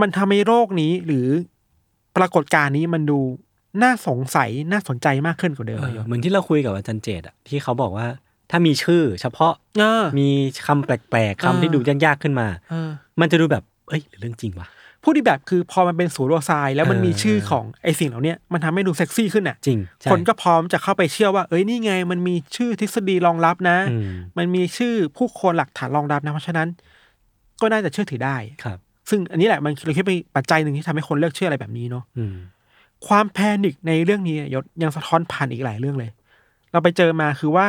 Speaker 3: มันทำให้โรคนี้หรือปรากฏการณ์นี้มันดูน่าสงสัยน่าสนใจมากขึ้นกว่าเดิม
Speaker 2: เออเหมือนที่เราคุยกับอาจารย์เจตอะที่เขาบอกว่าถ้ามีชื่อเฉพาะ
Speaker 3: เออ
Speaker 2: มีคำแปลกๆคำ
Speaker 3: เออ
Speaker 2: ที่ดูยากๆขึ้นมา
Speaker 3: เออ
Speaker 2: มันจะดูแบบเอ้ยหรือเรื่องจริงวะ
Speaker 3: พูดอีกแบบคือพอมันเป็นสูโรไซน์แล้วมันมี
Speaker 2: เออ
Speaker 3: ชื่อของไอสิ่งเหล่าเนี้ยมันทำให้ดูเซ็กซี่ขึ้นอ่ะ
Speaker 2: จริงใช่
Speaker 3: คนก็พร้อมจะเข้าไปเชื่อว่า เอ้ยนี่ไง มันมีชื่อทฤษฎีรองรับนะ
Speaker 2: อืม
Speaker 3: มันมีชื่อผู้คนหลักฐานรองรับนะเพราะฉะนั้น ก็น่าจะเชื่อถือได้
Speaker 2: ครับ
Speaker 3: ซึ่งอันนี้แหละมันเราคิดเป็นปัจจัยหนึ่งที่ทำให้คนเลือกเชื่ออะไรแบบนี้เนาะ
Speaker 2: อืม
Speaker 3: ความแพนิคในเรื่องนี้เนี่ยยศยังสะท้อนผ่านอีกหลายเรื่องเลย เราไปเจอมาคือว่า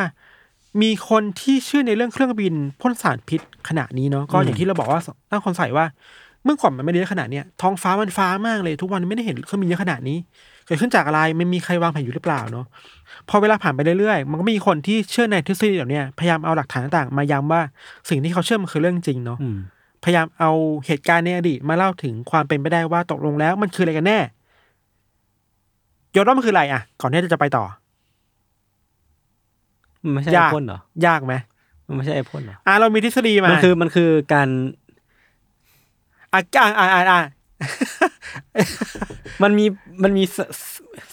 Speaker 3: มีคนที่เชื่อในเรื่องเครื่องบินพ่นสารพิษขนาดนี้เนาะก็อย่างที่เราบอกว่าตั้งคนใส่ว่า เมื่อก่อนมันไม่ได้เยอะขนาดเนี้ยท้องฟ้ามันฟ้ามากเลย ทุกวันไม่ได้เห็นเครื่องบินเยอะขนาดนี้เกิดขึ้นจากอะไรไม่มีใครวางแผนอยู่หรือเปล่าเนาะพอเวลาผ่านไปเรื่อยๆ มันก็มีคนที่เชื่อในทฤษฎีเหล่าเนี้ยพยายามเอาหลักฐานต่างๆ มาย้ำว่าสิ่งที่เขาเชื่อมันคือเรื่องจริงเนาะ
Speaker 2: อืม
Speaker 3: พยายามเอาเหตุการณ์ในอดีตมาเล่าถึงความเป็นไปได้ว่าตกลงแล้วมันคืออะไรกันแน่ ยศว่ามันคืออะไรอ่ะ ก่อนที่จะไปต่อ
Speaker 2: มันไม่ใช่
Speaker 3: ยา
Speaker 2: ไอก พ่นเหรอย
Speaker 3: ากไหม
Speaker 2: มันไม่ใช่ไอพ่นเหรอ
Speaker 3: อ่ะเรามีทฤษฎีมา
Speaker 2: มันคือมันคือการ
Speaker 3: อ่ะอ่ะอ่ะอ่ะอ่ะ
Speaker 2: มันมีมันมีสส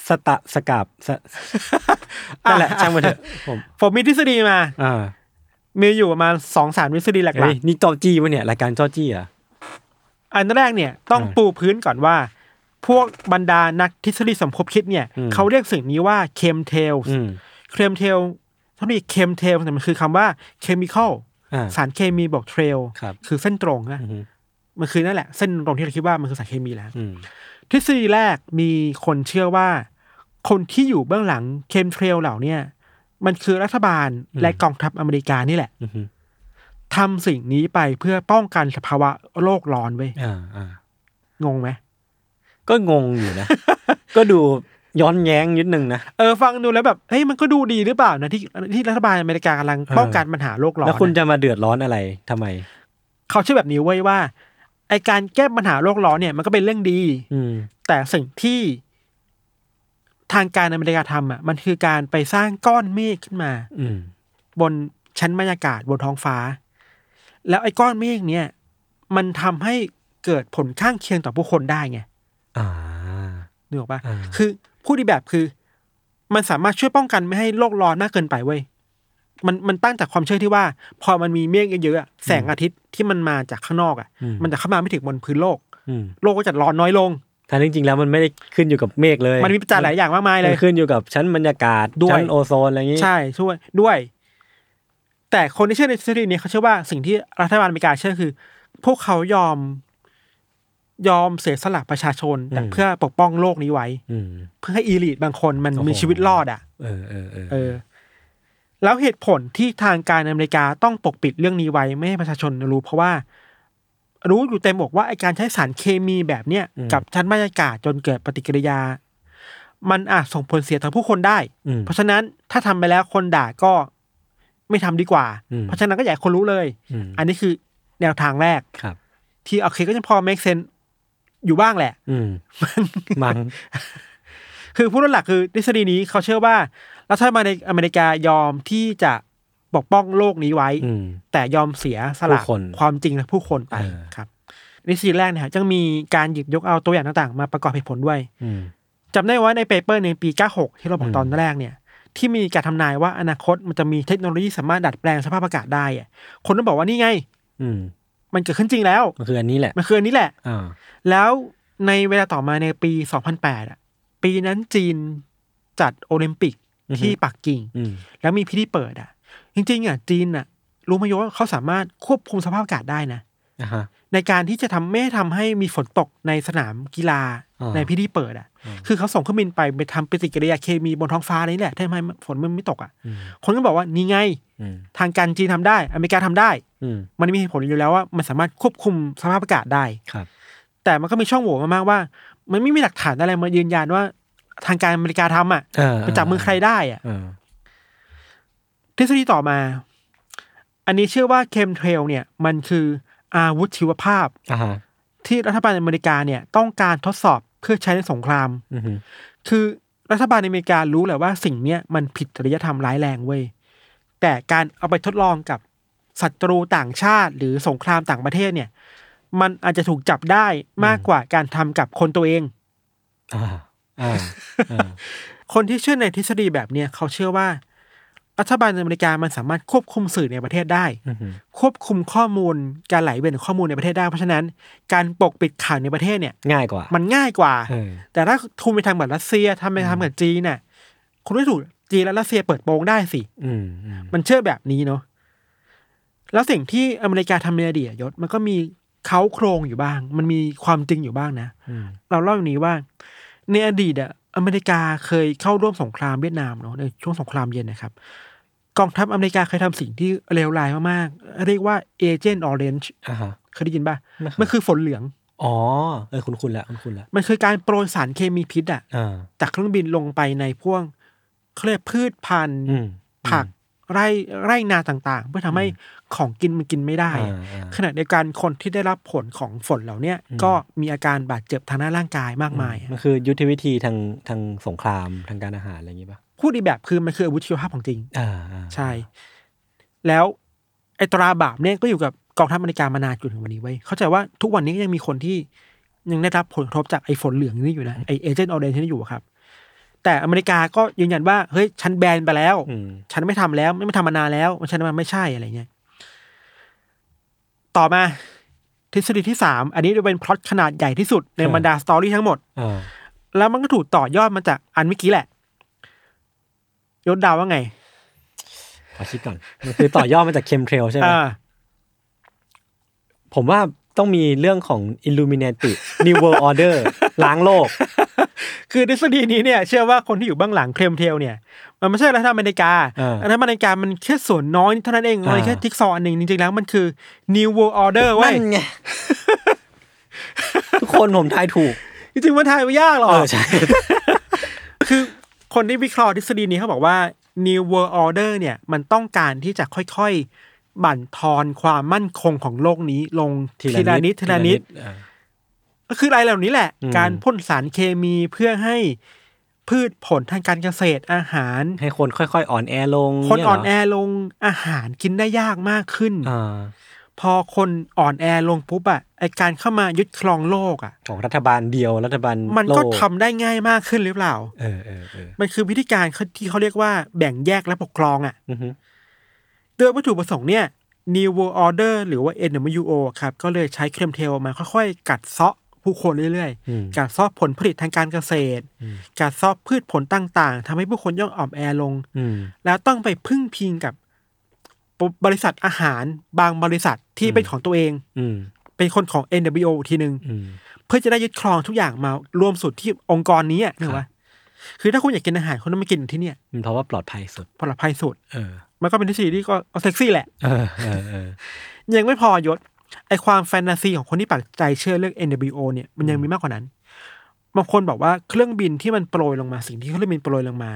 Speaker 2: ส [laughs] ตะสกาบสนั่นแหละช่างมันเถอะผม
Speaker 3: ผมมีทฤษฎีมา
Speaker 2: อ่า
Speaker 3: มีอยู่ประมาณสองสามทฤษฎีหลั
Speaker 2: เฮ้
Speaker 3: ก
Speaker 2: ยนี่จอจี้วะเนี่ยรายการจอจี้เหรอ่ะ
Speaker 3: ๆอันแรกเนี่ยต้อง
Speaker 2: อ่า
Speaker 3: ปูพื้นก่อนว่า พวกบรรดานักทฤษฎีสมคบคิดเนี่ย
Speaker 2: อืม
Speaker 3: เขาเรียกสิ่งนี้ว่าเคมเทล
Speaker 2: อืม
Speaker 3: เคมเทลเท่านี้เคมเทลเนี่ยมันคือคำว่าเคมีคอล
Speaker 2: อ่า
Speaker 3: สารเคมีบอกเทรล
Speaker 2: ครับ
Speaker 3: คือเส้นตรงนะ
Speaker 2: อืม
Speaker 3: มันคือนั่นแหละเส้นตรงที่เราคิดว่ามันคือสารเคมีแล้ว
Speaker 2: อืม
Speaker 3: ทฤษฎีแรกมีคนเชื่อว่า คนที่อยู่เบื้องหลังเคมเทรลเหล่าเนี่ยมันคือรัฐบาลและกองทัพอเมริกานี่แหละ
Speaker 2: อืม
Speaker 3: ทำสิ่งนี้ไปเพื่อป้องกันสภาวะโลกร้อนเว้ย
Speaker 2: อ่าอ่า
Speaker 3: งงไหม
Speaker 2: ก็งงอยู่นะ [laughs] ก็ดูย้อนแย้งนิดนึงนะ
Speaker 3: เออฟังดูแล้วแบบเฮ้ยมันก็ดูดีหรือเปล่านะที่ที่รัฐบาลอเมริกากำลัง
Speaker 2: เออ
Speaker 3: ป้องกันปัญหาโลกร้อน
Speaker 2: แล้วคุณ
Speaker 3: น่ะ
Speaker 2: จะมาเดือดร้อนอะไรทำไม
Speaker 3: เขาเชื่อแบบนี้เว้ยว่าไอการแก้ปัญหาโลกร้อนเนี่ยมันก็เป็นเรื่องดี
Speaker 2: อืม
Speaker 3: แต่สิ่งที่ทางการอเมริกาทำอ่ะมันคือการไปสร้างก้อนเมฆขึ้นมา
Speaker 2: อืม
Speaker 3: บนชั้นบรรยากาศบนท้องฟ้า แล้วไอ้ก้อนเมฆเนี่ย มันทำให้เกิดผลข้างเคียงต่อผู้คนได้ไง
Speaker 2: อ่า
Speaker 3: นึกออกปะ
Speaker 2: อ่า
Speaker 3: คือพูดอีกแบบคือ มันสามารถช่วยป้องกันไม่ให้โลกร้อนมากเกินไปเว้ยมันมันตั้งจากความเชื่อที่ว่า พอมันมีเมฆเยอะๆอะแสงอาทิตย์ที่มันมาจากข้างนอกอ่ะ
Speaker 2: อืม
Speaker 3: มันจะเข้ามาไม่ถึงบนพื้นโลก
Speaker 2: อืม
Speaker 3: โลกก็จะร้อนน้อยลง
Speaker 2: ถ้าจริงๆแล้วมันไม่ได้ขึ้นอยู่กับเมฆเลย
Speaker 3: มันมีปัจจัยหลายอย่างมากมายเลย
Speaker 2: มันขึ้นอยู่กับชั้นบรรยากาศ
Speaker 3: ด้วย
Speaker 2: ชั้นโอโซนอะไรอย่างงี้
Speaker 3: ใช่ช่วยด้วย แต่คนที่เชื่อในทฤษฎีนี้เขาเชื่อว่าสิ่งที่รัฐบาลอเมริกาเชื่อคือ พวกเขายอมยอมเสียสละประชาชนแต่
Speaker 2: อืม
Speaker 3: เพื่อปกป้องโลกนี้ไว้
Speaker 2: อืม
Speaker 3: เพื่อให้อีลิตบางคนมัน
Speaker 2: โอ้โห
Speaker 3: มีชีวิตรอดอ่ะ
Speaker 2: เออเออเออ
Speaker 3: เออ แล้วเหตุผลที่ทางการอเมริกาต้องปกปิดเรื่องนี้ไว้ไม่ให้ประชาชนรู้ เพราะว่า รู้อยู่เต็มอกว่าไอการใช้สารเคมีแบบเนี้ยกับชั้นบรรยากาศจนเกิดปฏิกิริยา มันอาจส่งผลเสียต่อผู้คนได้
Speaker 2: อืม
Speaker 3: เพราะฉะนั้นถ้าทำไปแล้วคนด่าก็ไม่ทำดีกว่า
Speaker 2: อืม
Speaker 3: เพราะฉะนั้นก็อยากให้คนรู้เลย
Speaker 2: อืม
Speaker 3: อันนี้คือแนวทางแรก
Speaker 2: ครับ
Speaker 3: ที่โอเคก็ยังพอ make sense อยู่บ้างแหละ
Speaker 2: อืมมัง
Speaker 3: คือผู้รุ่นหลักคือทฤษฎีนี้เขาเชื่อว่ารัฐบาลในอเมริกายอมที่จะปกป้องโลกนี้ไว้
Speaker 2: อืม
Speaker 3: แต่ยอมเสียสละ
Speaker 2: ผู้คน
Speaker 3: ความจริงและผู้คนไป
Speaker 2: เออ
Speaker 3: ครับทฤษฎีแรกเนี่ยยังมีการหยิบยกเอาตัวอย่างต่างๆ มาประกอบเหตุผลด้วย
Speaker 2: อืม
Speaker 3: จำได้ว่าในเปเปอร์ในงปี 96 ที่เราบอกตอนแรกเนี่ย ที่มีการทำนายว่าอนาคตมันจะมีเทคโนโลยีสามารถดัดแปลงสภาพอากาศได้อะคนก็บอกว่านี่ไง
Speaker 2: อืม
Speaker 3: มันเกิดขึ้นจริงแล้ว
Speaker 2: ก็คืออันนี้แหละ
Speaker 3: มันคืออันนี้แหละ
Speaker 2: อ่า
Speaker 3: แล้วในเวลาต่อมาในปี 2008อะปีนั้นจีนจัดโอลิมปิกที่ปักกิ่ง
Speaker 2: อืม
Speaker 3: แล้วมีพิธีเปิดอ่ะ จริงๆอ่ะจีนอ่ะ รู้ไหมโยว่าเขาสามารถควบคุมสภาพอากาศได้นะ
Speaker 2: อ่ะฮะ
Speaker 3: ในการที่จะทำไม่ให้ทำให้มีฝนตกในสนามกีฬา
Speaker 2: อ่า
Speaker 3: ในพิธีเปิดอ่ะ คือเขาส่งเครื่องบินไปไปทำปฏิกิริยาเคมีบนท้องฟ้าอะไรนี่แหละทำให้ฝนมันไม่ตกอ่ะ
Speaker 2: อืม
Speaker 3: คนก็บอกว่านี่ไง
Speaker 2: อืม
Speaker 3: ทางการจีนทำได้ อเมริกาทำได้
Speaker 2: อืม
Speaker 3: มันมีเหตุผลอยู่แล้วว่ามันสามารถควบคุมสภาพอากาศได้
Speaker 2: ครับ
Speaker 3: แต่มันก็มีช่องโหว่มากๆว่า มันไม่มีหลักฐานอะไรมายืนยันว่า ทางการอเมริกาทำอ่ะ
Speaker 2: เออ
Speaker 3: ไปจับมือใครได้อ่ะ
Speaker 2: เออ
Speaker 3: ทฤษฎีต่อมา อันนี้เชื่อว่าเคมเทรลเนี่ย มันคืออาวุธชีวภาพ
Speaker 2: อ่าฮะ
Speaker 3: ที่รัฐบาลอเมริกาเนี่ยต้องการทดสอบเพื่อใช้ในสงคราม
Speaker 2: อืม
Speaker 3: คือรัฐบาลอเมริการู้แหละว่าสิ่งเนี้ยมันผิดจริยธรรมร้ายแรงเว้ย แต่การเอาไปทดลองกับศัตรูต่างชาติ หรือสงครามต่างประเทศเนี่ย มันอาจจะถูกจับได้มากกว่าการทำกับคนตัวเอง
Speaker 2: อ่าอ่าอ่า
Speaker 3: คนที่เชื่อในทฤษฎีแบบเนี้ยเขาเชื่อว่า รัฐบาลอเมริกามันสามารถควบคุมสื่อในประเทศได้
Speaker 2: อือหือ
Speaker 3: ควบคุมข้อมูลการไหลเวียนของข้อมูลในประเทศได้เพราะฉะนั้น การปกปิดข่าวในประเทศเนี่ย
Speaker 2: ง่ายกว่า
Speaker 3: มันง่ายกว่า
Speaker 2: เออ
Speaker 3: แต่ถ้าทุนไปทางแบบรัสเซียทำไปทางแบบจีนน่ะ คุณไม่ถูกจีนและรัสเซียเปิดโปงได้สิ
Speaker 2: อืมอืม
Speaker 3: มันเชื่อแบบนี้เนาะแล้วสิ่งที่อเมริกาทำในอดีตอะยศมันก็มีเขาโครงอยู่บ้าง มันมีความจริงอยู่บ้างนะ
Speaker 2: อืม
Speaker 3: เราเล่าอย่างนี้ว่า ในอดีตอะอเมริกาเคยเข้าร่วมสงครามเวียดนามเนาะในช่วงสงครามเย็นนะครับ กองทัพอเมริกาเคยทำสิ่งที่เลวร้ายมากๆ เรียกว่าเอเจนต์ออเรนจ์
Speaker 2: อ่าฮะ
Speaker 3: เคยได้ยินป่ะ
Speaker 2: ไม่เคย
Speaker 3: มันคือฝนเหลือง
Speaker 2: อ๋อ เออ คุณคุณละคุณคุณละ
Speaker 3: มันคือการโปรยสารเคมีพิษอะ
Speaker 2: อ่า
Speaker 3: จากเครื่องบินลงไปในพวกเขาเรียกพืชพันธุ์
Speaker 2: อืม
Speaker 3: ผักไร่ไร่นาต่างๆ เพื่อทำให้ของกินมันกินไม่ได้
Speaker 2: อ่า
Speaker 3: อะ
Speaker 2: อ่า
Speaker 3: ขณะเดียวกันคนที่ได้รับผลของฝนเหล่าเนี้ยก็มีอาการบาดเจ็บทางด้านร่างกายมากมายอะ
Speaker 2: มันคือยุทธวิธีทางทางสงครามทางการอาหารอะไรอย่างงี้ป่ะ
Speaker 3: พูดอีกแบบคือมันคืออาวุธชีวภาพของจริง
Speaker 2: อ่าอ่า
Speaker 3: ใช่ แล้วไอตราบาปเนี่ยก็อยู่กับกองทัพอเมริกามานานจนถึงวันนี้ไว้ยเข้าใจว่าทุกวันนี้ก็ยังมีคนที่ยังได้รับผลกระทบจากไอฝนเหลืองนี่อยู่นะไอเอเจนต์ออเรนที่นี่อยู่อะครับ แต่อเมริกาก็ยืนยันว่าเฮ้ยฉันแบนไปแล้ว
Speaker 2: อืม
Speaker 3: ฉันไม่ทำแล้ว ไม่ทำมานานแล้วฉันมันไม่ใช่อะไรเงี้ยต่อมาทฤษฎีที่สามอันนี้จะเป็นพล็อตขนาดใหญ่ที่สุดในบรรดาสตอรี่ทั้งหมด
Speaker 2: อ่า
Speaker 3: แล้วมันก็ถูกต่อยอดมาจากอันเมื่อกี้แหละยศดาวว่าไง
Speaker 2: ขอคิด
Speaker 3: [laughs]
Speaker 2: ก่อนมันคือต่อยอดมาจากเคมเทรลใช่ไหม
Speaker 3: อ่า
Speaker 2: ผมว่าต้องมีเรื่องของ Illuminati New World Order ล้างโลก
Speaker 3: คือทฤษฎีนี้เนี่ย เชื่อว่าคนที่อยู่เบื้องหลังเคลมเทลเนี่ย มันไม่ใช่รัฐบาลอเมริกา
Speaker 2: อ่า
Speaker 3: รัฐบาลอเมริกามันแค่ส่วนน้อยเท่านั้นเองมัน
Speaker 2: อ่า
Speaker 3: แค่ทิกซอว์อันหนึ่งจริงๆแล้วมันคือ New World Order เว้ย
Speaker 2: ทุกคนผมทาย
Speaker 3: [laughs]
Speaker 2: ถูก
Speaker 3: จริงๆมันทายไม่ยากหรอก
Speaker 2: เออใช่
Speaker 3: คือคนที่วิเคราะห์ทฤษฎีนี้เขาบอกว่า New World Order เนี่ยมันต้องการที่จะค่อยๆ บั่นทอนความมั่นคงของโลกนี้ลง [laughs] ทีละนิดทีละนิด
Speaker 2: อ่า
Speaker 3: ก็คืออะไรเหล่านี้แหละ
Speaker 2: อืม
Speaker 3: การพ่นสารเคมีเพื่อให้พืชผลทางการเกษตรอาหาร
Speaker 2: ให้คนค่อยๆ อ่อนแอลง
Speaker 3: คน
Speaker 2: เยเหร
Speaker 3: อ่อนแอลงอาหารกินได้ยากมากขึ้น
Speaker 2: อ่า
Speaker 3: พอคนอ่อนแอลงปุ๊บอะไอการเข้ามายึดครองโลกอะ
Speaker 2: ของรัฐบาลเดียวรัฐบาล
Speaker 3: มันก็
Speaker 2: โล
Speaker 3: ทำได้ง่ายมากขึ้นหรือเปล่า
Speaker 2: เออเออเออ
Speaker 3: มันคือวิธีการที่เขาเรียกว่าแบ่งแยกและปกครองอะ
Speaker 2: อือฮึ
Speaker 3: ด้วยวัตถุประสงค์เนี่ย New World Order หรือว่า NWO ครับ ก็เลยใช้เคลมเทลมาค่อยๆ กัดเซาะผู้คนเรื่อย
Speaker 2: อืม
Speaker 3: ๆ กัดเซาะผลผลิตทางการเกษตร
Speaker 2: อืม
Speaker 3: กัดเซาะพืชผลต่างๆทำให้ผู้คนย่องอ่อมแอลง
Speaker 2: อืม
Speaker 3: แล้วต้องไปพึ่งพิงกับบริษัทอาหารบางบริษัทที่
Speaker 2: อืม
Speaker 3: เป็นของตัวเอง
Speaker 2: อืม
Speaker 3: เป็นคนของ NWO ทีหนึ่ง
Speaker 2: อืม
Speaker 3: เพื่อจะได้ยึดครองทุกอย่างมารวมสุดที่องค์กรนี้อะนึก
Speaker 2: ครั
Speaker 3: ว่า
Speaker 2: บ
Speaker 3: คือถ้าคุณอยากกินอาหารคุณต้องมากินที่เนี่ย
Speaker 2: เพราะว่าปลอดภัยสุด
Speaker 3: ปลอดภัยสุด
Speaker 2: เออ
Speaker 3: มันก็เป็นทฤษฎีที่ก็ก็เซ็กซี่แหละ
Speaker 2: เออเออเออ
Speaker 3: ยังไม่พอยศไอความแฟนตาซีของคนที่ปักใจเชื่อเรื่อง NWO เนี่ยมันยังมีมากกว่านั้นบางคนบอกว่าเครื่องบินที่มันโปรยลงมาสิ่งที่เครื่องบินโปรยลงมา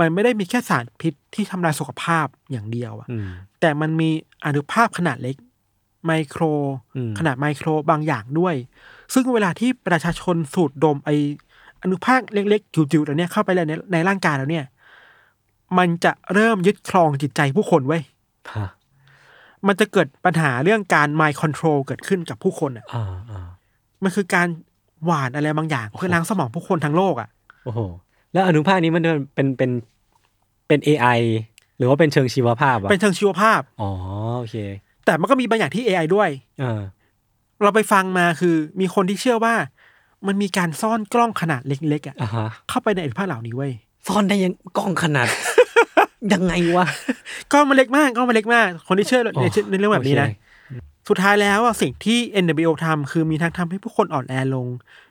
Speaker 3: มันไม่ได้มีแค่สารพิษที่ทำลายสุขภาพอย่างเดียวอะ
Speaker 2: อืม
Speaker 3: แต่มันมีอนุภาคขนาดเล็ก ไมโคร
Speaker 2: อืม
Speaker 3: ขนาดไมโครบางอย่างด้วย ซึ่งเวลาที่ประชาชนสูดดมไออนุภาคเล็กๆจิ๋วๆเหล่าเนี้ยเข้าไปในในร่างกายแล้วเนี่ย มันจะเริ่มยึดครองจิตใจผู้คนไว้ย
Speaker 2: ฮะ
Speaker 3: มันจะเกิดปัญหาเรื่องการ mind control เกิดขึ้นกับผู้คนอ่ะ
Speaker 2: อ่าอ่า
Speaker 3: มันคือการหวานอะไรบางอย่าง เพื่อล้างสมองผู้คนทั้งโลกอ่ะ
Speaker 2: โอ้โห แล้วอนุภาคนี้มันเป็นเป็นเป็น AI หรือว่าเป็นเชิงชีวภาพอ่ะ
Speaker 3: เป็นเชิงชีวภาพ
Speaker 2: อ๋อโอเค
Speaker 3: แต่มันก็มีบางอย่างที่ AI ด้วย
Speaker 2: เออ
Speaker 3: เราไปฟังมาคือมีคนที่เชื่อว่า มันมีการซ่อนกล้องขนาดเล็กๆอ่ะ
Speaker 2: อ่าฮะ
Speaker 3: เข้าไปในอนุภาคเหล่านี้เว้ย
Speaker 2: ซ่อนได้ยังกล้องขนา
Speaker 3: [laughs]
Speaker 2: ด ยังไงวะ
Speaker 3: กล้องมันเล็กมากกล้องมันเล็กมาก คนที่เชื่อในในเรื่องแบบนี้นะ
Speaker 2: โอเค
Speaker 3: สุดท้ายแล้วอะสิ่งที่ NWO ทำคือมีทั้งทำให้ผู้คนอ่อนแอลง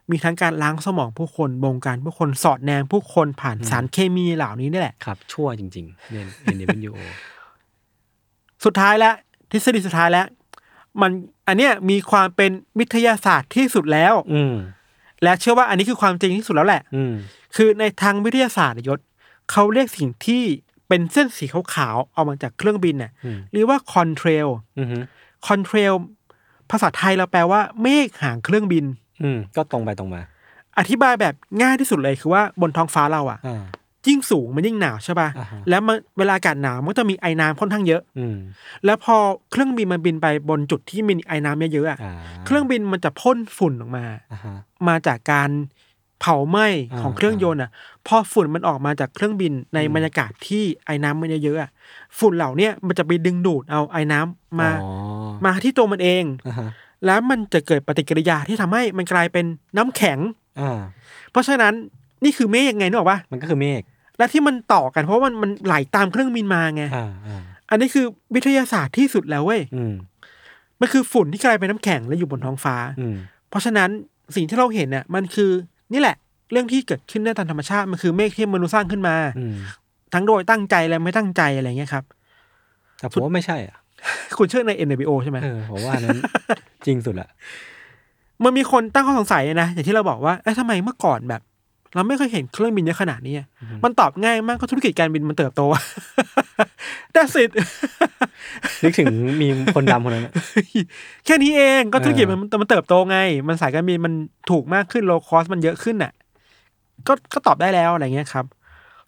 Speaker 3: มีทั้งการล้างสมองผู้คนบงการผู้คนสอดแนมผู้คนผ่านสารเคมีเหล่านี้นี่แหละ
Speaker 2: ครับ ชั่วจริงๆเนี่ย NWO
Speaker 3: สุดท้ายแล้วทฤษฎีสุดท้ายแล้ว มันอันเนี้ยมีความเป็นวิทยาศาสตร์ที่สุดแล้ว
Speaker 2: อืม
Speaker 3: และเชื่อว่าอันนี้คือความจริงที่สุดแล้วแหละ
Speaker 2: อืม
Speaker 3: คือในทางวิทยาศาสตร์อะยศเขาเรียกสิ่งที่เป็นเส้นสีขาวๆเอามาจากเครื่องบินน่ะ
Speaker 2: อืม
Speaker 3: เรียกว่าคอนเทรล
Speaker 2: อืมฮึ
Speaker 3: คอนเทรลภาษาไทยเราแปลว่าเมฆห่างเครื่องบิน
Speaker 2: อืม ก็ตรงไปตรงมา
Speaker 3: อธิบายแบบง่ายที่สุดเลยคือว่าบนท้องฟ้าเราอะ
Speaker 2: อ่า
Speaker 3: ยิ่งสูงมันยิ่งหนาวใช่ป่ะ
Speaker 2: อ่าฮะ
Speaker 3: แล้วมันเวลาอากาศหนาวมันก็จะมีไอ้น้ำค่อนข้างเยอะ
Speaker 2: อืม
Speaker 3: แล้วพอเครื่องบินมันบินไปบนจุดที่มีไอ้น้ำเยอะๆอะ
Speaker 2: อ่า
Speaker 3: เครื่องบินมันจะพ่นฝุ่นออกมา
Speaker 2: อ่าฮะ
Speaker 3: มาจากการเผาไหม้ของ
Speaker 2: อ่า
Speaker 3: เครื่องยนต์อ่ะ พอฝุ่นมันออกมาจากเครื่องบินในบรรยากาศที่ไอ้น้ำมันเยอะๆอะฝุ่นเหล่าเนี้ยมันจะไปดึงดูดเอาไอ้น้ำมา
Speaker 2: อ๋อ
Speaker 3: มาที่ตัวมันเอง
Speaker 2: อ่าฮะ
Speaker 3: แล้วมันจะเกิดปฏิกิริยาที่ทำให้มันกลายเป็นน้ำแข็ง
Speaker 2: อ่า
Speaker 3: เพราะฉะนั้นนี่คือเมฆยังไงนึกออกปะ
Speaker 2: มันก็คือเมฆ
Speaker 3: และที่มันต่อกันเพราะว่ามันมันไหลตามเครื่องบินมาไง
Speaker 2: อ่าอ่า
Speaker 3: อันนี้คือวิทยาศาสตร์ที่สุดแล้วเว้ย
Speaker 2: อืม
Speaker 3: มันคือฝุ่นที่กลายเป็นน้ำแข็งและอยู่บนท้องฟ้า
Speaker 2: อืม
Speaker 3: เพราะฉะนั้นสิ่งที่เราเห็นน่ะมันคือนี่แหละ เรื่องที่เกิดขึ้นได้ตามธรรมชาติมันคือเมฆที่มนุษย์สร้างขึ้นมา
Speaker 2: อืม
Speaker 3: ทั้งโดยตั้งใจและไม่ตั้งใจอะไรเงี้ยครับ
Speaker 2: แต่ผมว่าไม่ใช่อ่ะ
Speaker 3: คุณเชื่อใน NWO ใช่ไหม
Speaker 2: เออ ผมว่าอัน
Speaker 3: [laughs]
Speaker 2: นั้น จริงสุดละ
Speaker 3: มันมีคนตั้งข้อสงสัยนะอย่างที่เราบอกว่าเอ๊ะทำไมเมื่อก่อนแบบ เราไม่เคยเห็นเครื่องบินเยอะขนาดนี้อะมันตอบง่ายมากก็ธุรกิจการบินมันเติบโต [laughs] แต่สิทธิ์
Speaker 2: นึกถึงมีคนดำคนนั้นอะ
Speaker 3: แค่นี้เองก็ธุรกิจ
Speaker 2: เออ
Speaker 3: มันมันเติบโตไง มันสายการบินมันถูกมากขึ้นโลคอสมันเยอะขึ้นน่ะ ก็ก็ตอบได้แล้วอะไรเงี้ยครับ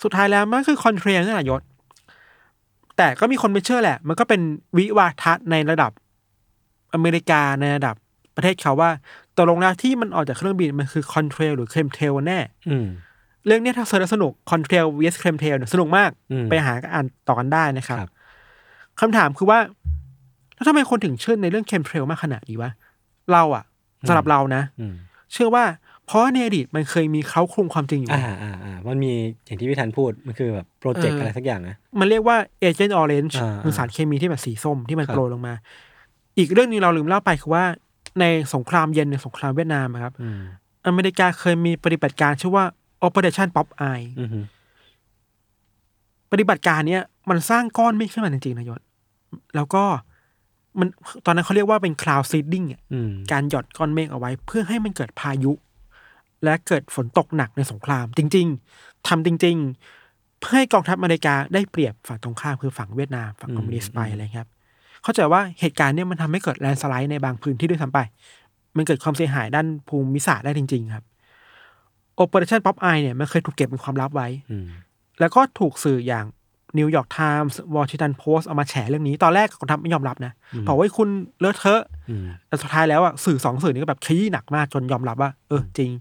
Speaker 3: สุดท้ายแล้วมันก็คือคอนเทรนนั่นแหละยศ แต่ก็มีคนไม่เชื่อแหละ มันก็เป็นวิวาทะในระดับอเมริกาในระดับประเทศเขาว่าตกลงแล้วที่มันออกจากเครื่องบินมันคือคอนเทรลหรือเคลมเทลแน่
Speaker 2: อืม
Speaker 3: เรื่องเนี้ยถ้าเสิร์ชแล้วสนุกคอนเทลเวสเคลมเทลเนี่ยสนุกมาก
Speaker 2: อืม
Speaker 3: ไปหาอ่านต่อกันได้นะครับ
Speaker 2: ครับ
Speaker 3: คำถามคือว่า แล้วทำไมคนถึงเชื่อในเรื่องเคลมเทลมากขนาดนี้วะเราอะสำหรับเรานะ
Speaker 2: อืม
Speaker 3: เชื่อว่าเพราะในอดีตมันเคยมีเขาโครงความจริงอยู่
Speaker 2: อ่าอ่าอ่ามันมีอย่างที่พี่ธันพูดมันคือแบบโปรเจกต์
Speaker 3: เอออ
Speaker 2: อะไรสักอย่างนะ
Speaker 3: มันเรียกว่าเอเจนต์ออเรนจ์
Speaker 2: อ่า
Speaker 3: คือสารเคมีที่แบบสีส้มที่มัน
Speaker 2: ครับ
Speaker 3: โปรยลงมา อีกเรื่องหนึงเราลืมเล่าไปคือว่าในสงครามเย็นในสงครามเวียดนามอะครับ
Speaker 2: อืม
Speaker 3: อเมริกาเคยมีปฏิบัติการชื่อว่า Operation Pop Eye
Speaker 2: อือหือ
Speaker 3: ปฏิบัติการเนี้ยมันสร้างก้อนเมฆขึ้นมาจริงๆนะยศ แล้วก็มันตอนนั้นเขาเรียกว่าเป็น cloud seeding อะ
Speaker 2: อืม
Speaker 3: การหย่อนก้อนเมฆเอาไว้ เพื่อให้มันเกิดพายุ และเกิดฝนตกหนักในสงคราม จริง ๆทำจริง ๆ เพื่อให้กองทัพอเมริกาได้เปรียบฝั่งตรงข้ามคือฝั่งเวียดนามฝั่งคอมมิวนิสต์ไปอะไรครับ เข้าใจว่าเหตุการณ์เนี้ยมันทำให้เกิดแลนสไลด์ในบางพื้นที่ด้วยซ้ำไป มันเกิดความเสียหายด้านภูมิศาสตร์ได้จริง ๆ ครับ Operation Pop Eye เนี่ยมันเคยถูกเก็บเป็นความลับไว้
Speaker 2: อืม
Speaker 3: แล้วก็ถูกสื่ออย่างนิวยอร์กไทมส์วอชิงตันโพสต์เอามาแฉเรื่องนี้ ตอนแรกกองทัพไม่ยอมรับนะบอกว่าคุณเลอะเทอะ
Speaker 2: อืม
Speaker 3: แต่สุดท้ายแล้วอ่ะสื่อสองสื่อนี้ก็แบบขี้หนักมากจนยอมรับว่า เออจริง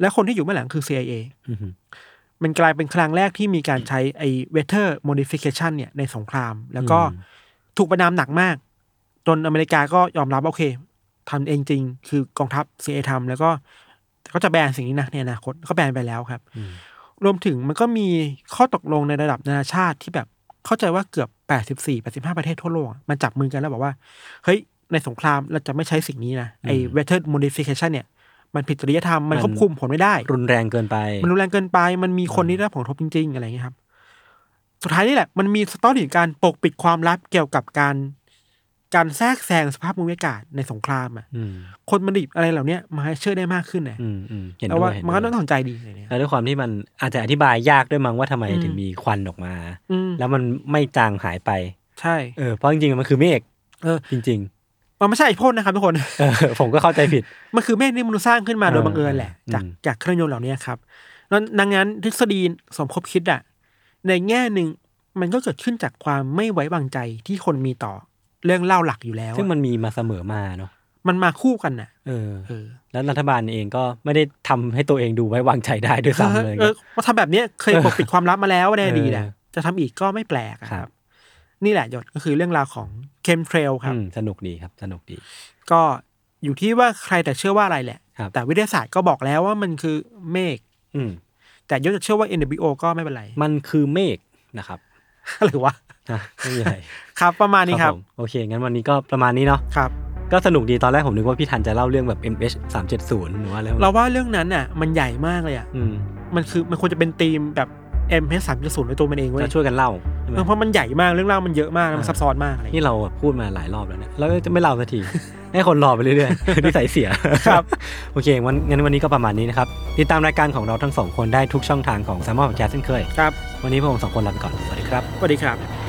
Speaker 3: และคนที่อยู่เบื้องหลังคือ CIA
Speaker 2: อือหือ
Speaker 3: มันกลายเป็นครั้งแรกที่มีการใช้ไอ้ weather modification เนี่ยในสงคราม แล้วก็ถูกประนามหนักมาก จนอเมริกาก็ยอมรับว่าโอเคทำเองจริง คือกองทัพ CIA ทำแล้วก็เขาจะแบนสิ่งนี้นะในอนาคตก็แบนไปแล้วครับ รวมถึงมันก็มีข้อตกลงในระดับนานาชาติที่แบบเข้าใจว่าเกือบ 84 85 ประเทศทั่วโลกอะมันจับมือกันแล้วบอกว่า เฮ้ย ในสงครามเราจะไม่ใช้สิ่งนี้นะไอ้ weather modification เนี่ย มันผิดจริยธรรมมันควบคุมผลไม่ได้
Speaker 2: รุนแรงเกินไป
Speaker 3: มันรุนแรงเกินไป มันมีคนที่ได้รับผลกระทบจริง ๆ อะไรอย่างเงี้ยครับ สุดท้ายนี่แหละ มันมีสตอรี่การปกปิดความลับเกี่ยวกับการการแทรกแซงสภาพภูมิอากาศในสงครามอ่ะ
Speaker 2: อืม
Speaker 3: คนมันดิบอะไรเหล่าเนี้ยมาให้เชื่อได้มากขึ้นนะ
Speaker 2: อืมอืมเห็น
Speaker 3: แต่
Speaker 2: ด้ว
Speaker 3: ว่าย
Speaker 2: เห็น
Speaker 3: มันก็
Speaker 2: ด้
Speaker 3: ต้
Speaker 2: ว
Speaker 3: อยงสนใจดีอะไรเนี้ย
Speaker 2: แล้วด้วยความที่มันอาจจะอธิบายยากด้วยมั้งว่าทำไม
Speaker 3: อืม
Speaker 2: ถึงมีควันออกมา
Speaker 3: อืม
Speaker 2: แล้วมันไม่จางหายไป
Speaker 3: ใช่
Speaker 2: เออเพราะจริงๆมันคือเมฆ
Speaker 3: เออ
Speaker 2: จริง
Speaker 3: มันไม่ใช่ไอพ่นนะครับทุกคน
Speaker 2: [laughs] ๆ เออผมก็เข้าใจผิด
Speaker 3: มันคือเมฆที่มนุษย์สร้างขึ้นมา
Speaker 2: เออ
Speaker 3: โดยบังเอิญแหละ จาก
Speaker 2: อืม
Speaker 3: จากเครื่องยนต์เหล่านี้ครับแล้วดังนั้นทฤษฎีสมคบคิดอะในแง่หนึ่งมันก็เกิดขึ้นจากความไม่ไว้วางใจที่คนมีต่อเรื่องเล่าหลักอยู่แล้วอะ
Speaker 2: ซึ่งมันมีมาเสมอมาเนาะ
Speaker 3: มันมาคู่กันน่ะ
Speaker 2: เออ
Speaker 3: เออ
Speaker 2: แล้วรัฐบาลเองก็ไม่ได้ทำให้ตัวเองดูไว้วางใจได้ด้วยซ้ำเลย
Speaker 3: เออว่าทำแบบเนี้ยเคยปกปิดความลับมาแล้วในอดีตอะ
Speaker 2: เออ
Speaker 3: จะทำอีกก็ไม่แปลกอะ
Speaker 2: ค
Speaker 3: ค
Speaker 2: รั
Speaker 3: รับ บ นี่แหละหยศก็คือเรื่องราวของเคมเทรลครับ
Speaker 2: อืมสนุกดีครับสนุกดี
Speaker 3: ก็อยู่ที่ว่าใครแต่เชื่อว่าอะไรแหละ
Speaker 2: ครับ
Speaker 3: แต่วิทยาศาสตร์ก็บอกแล้วว่ามันคือเมฆ
Speaker 2: อืม
Speaker 3: แต่ยศจะเชื่อว่า NWO ก็ไม่เป็นไร
Speaker 2: มันคือเมฆนะครับ
Speaker 3: อะไรวะ
Speaker 2: นะไม่มีอะไร
Speaker 3: [laughs] ครับประมาณนี้ครับ
Speaker 2: ผมโอเค งั้นวันนี้ก็ประมาณนี้เนาะ
Speaker 3: ครับ
Speaker 2: ก็สนุกดีตอนแรกผมนึกว่าพี่ทันจะเล่าเรื่องแบบ MH 370หรือว่าอะไร
Speaker 3: เราว่าเรื่องนั้นน่ะ มันใหญ่มากเลยอ่ะ
Speaker 2: อืม
Speaker 3: มันคือมันควรจะเป็นธีมแบบ M H สามจุดศูนย์ในตัวมันเองเว้ย
Speaker 2: จะช่วยกันเล่าใช่ไหม
Speaker 3: เออเพราะมันใหญ่มากเรื่องราวมันเยอะมากแล้วมัน
Speaker 2: อ่า
Speaker 3: ซับซ้อนมากอะไรอย่าง
Speaker 2: นี่
Speaker 3: เงี้ย
Speaker 2: เราพูดมาหลายรอบแล้วเนี่ยแล้วก็จะไม่เล่าสักที ให้คนรอไปเรื่อยๆ [laughs] นิสัยเสีย
Speaker 3: ครับ
Speaker 2: [laughs] โอเควันงั้นวันนี้ก็ประมาณนี้นะครับติดตามรายการของเราทั้งสองคนได้ทุกช่องทางของ s ซมมอนแคสเช่นเคย
Speaker 3: ครับ
Speaker 2: วันนี้พวกผมสองคนลาไปก่อน สวัสดีครับ
Speaker 3: สวัสดีครับ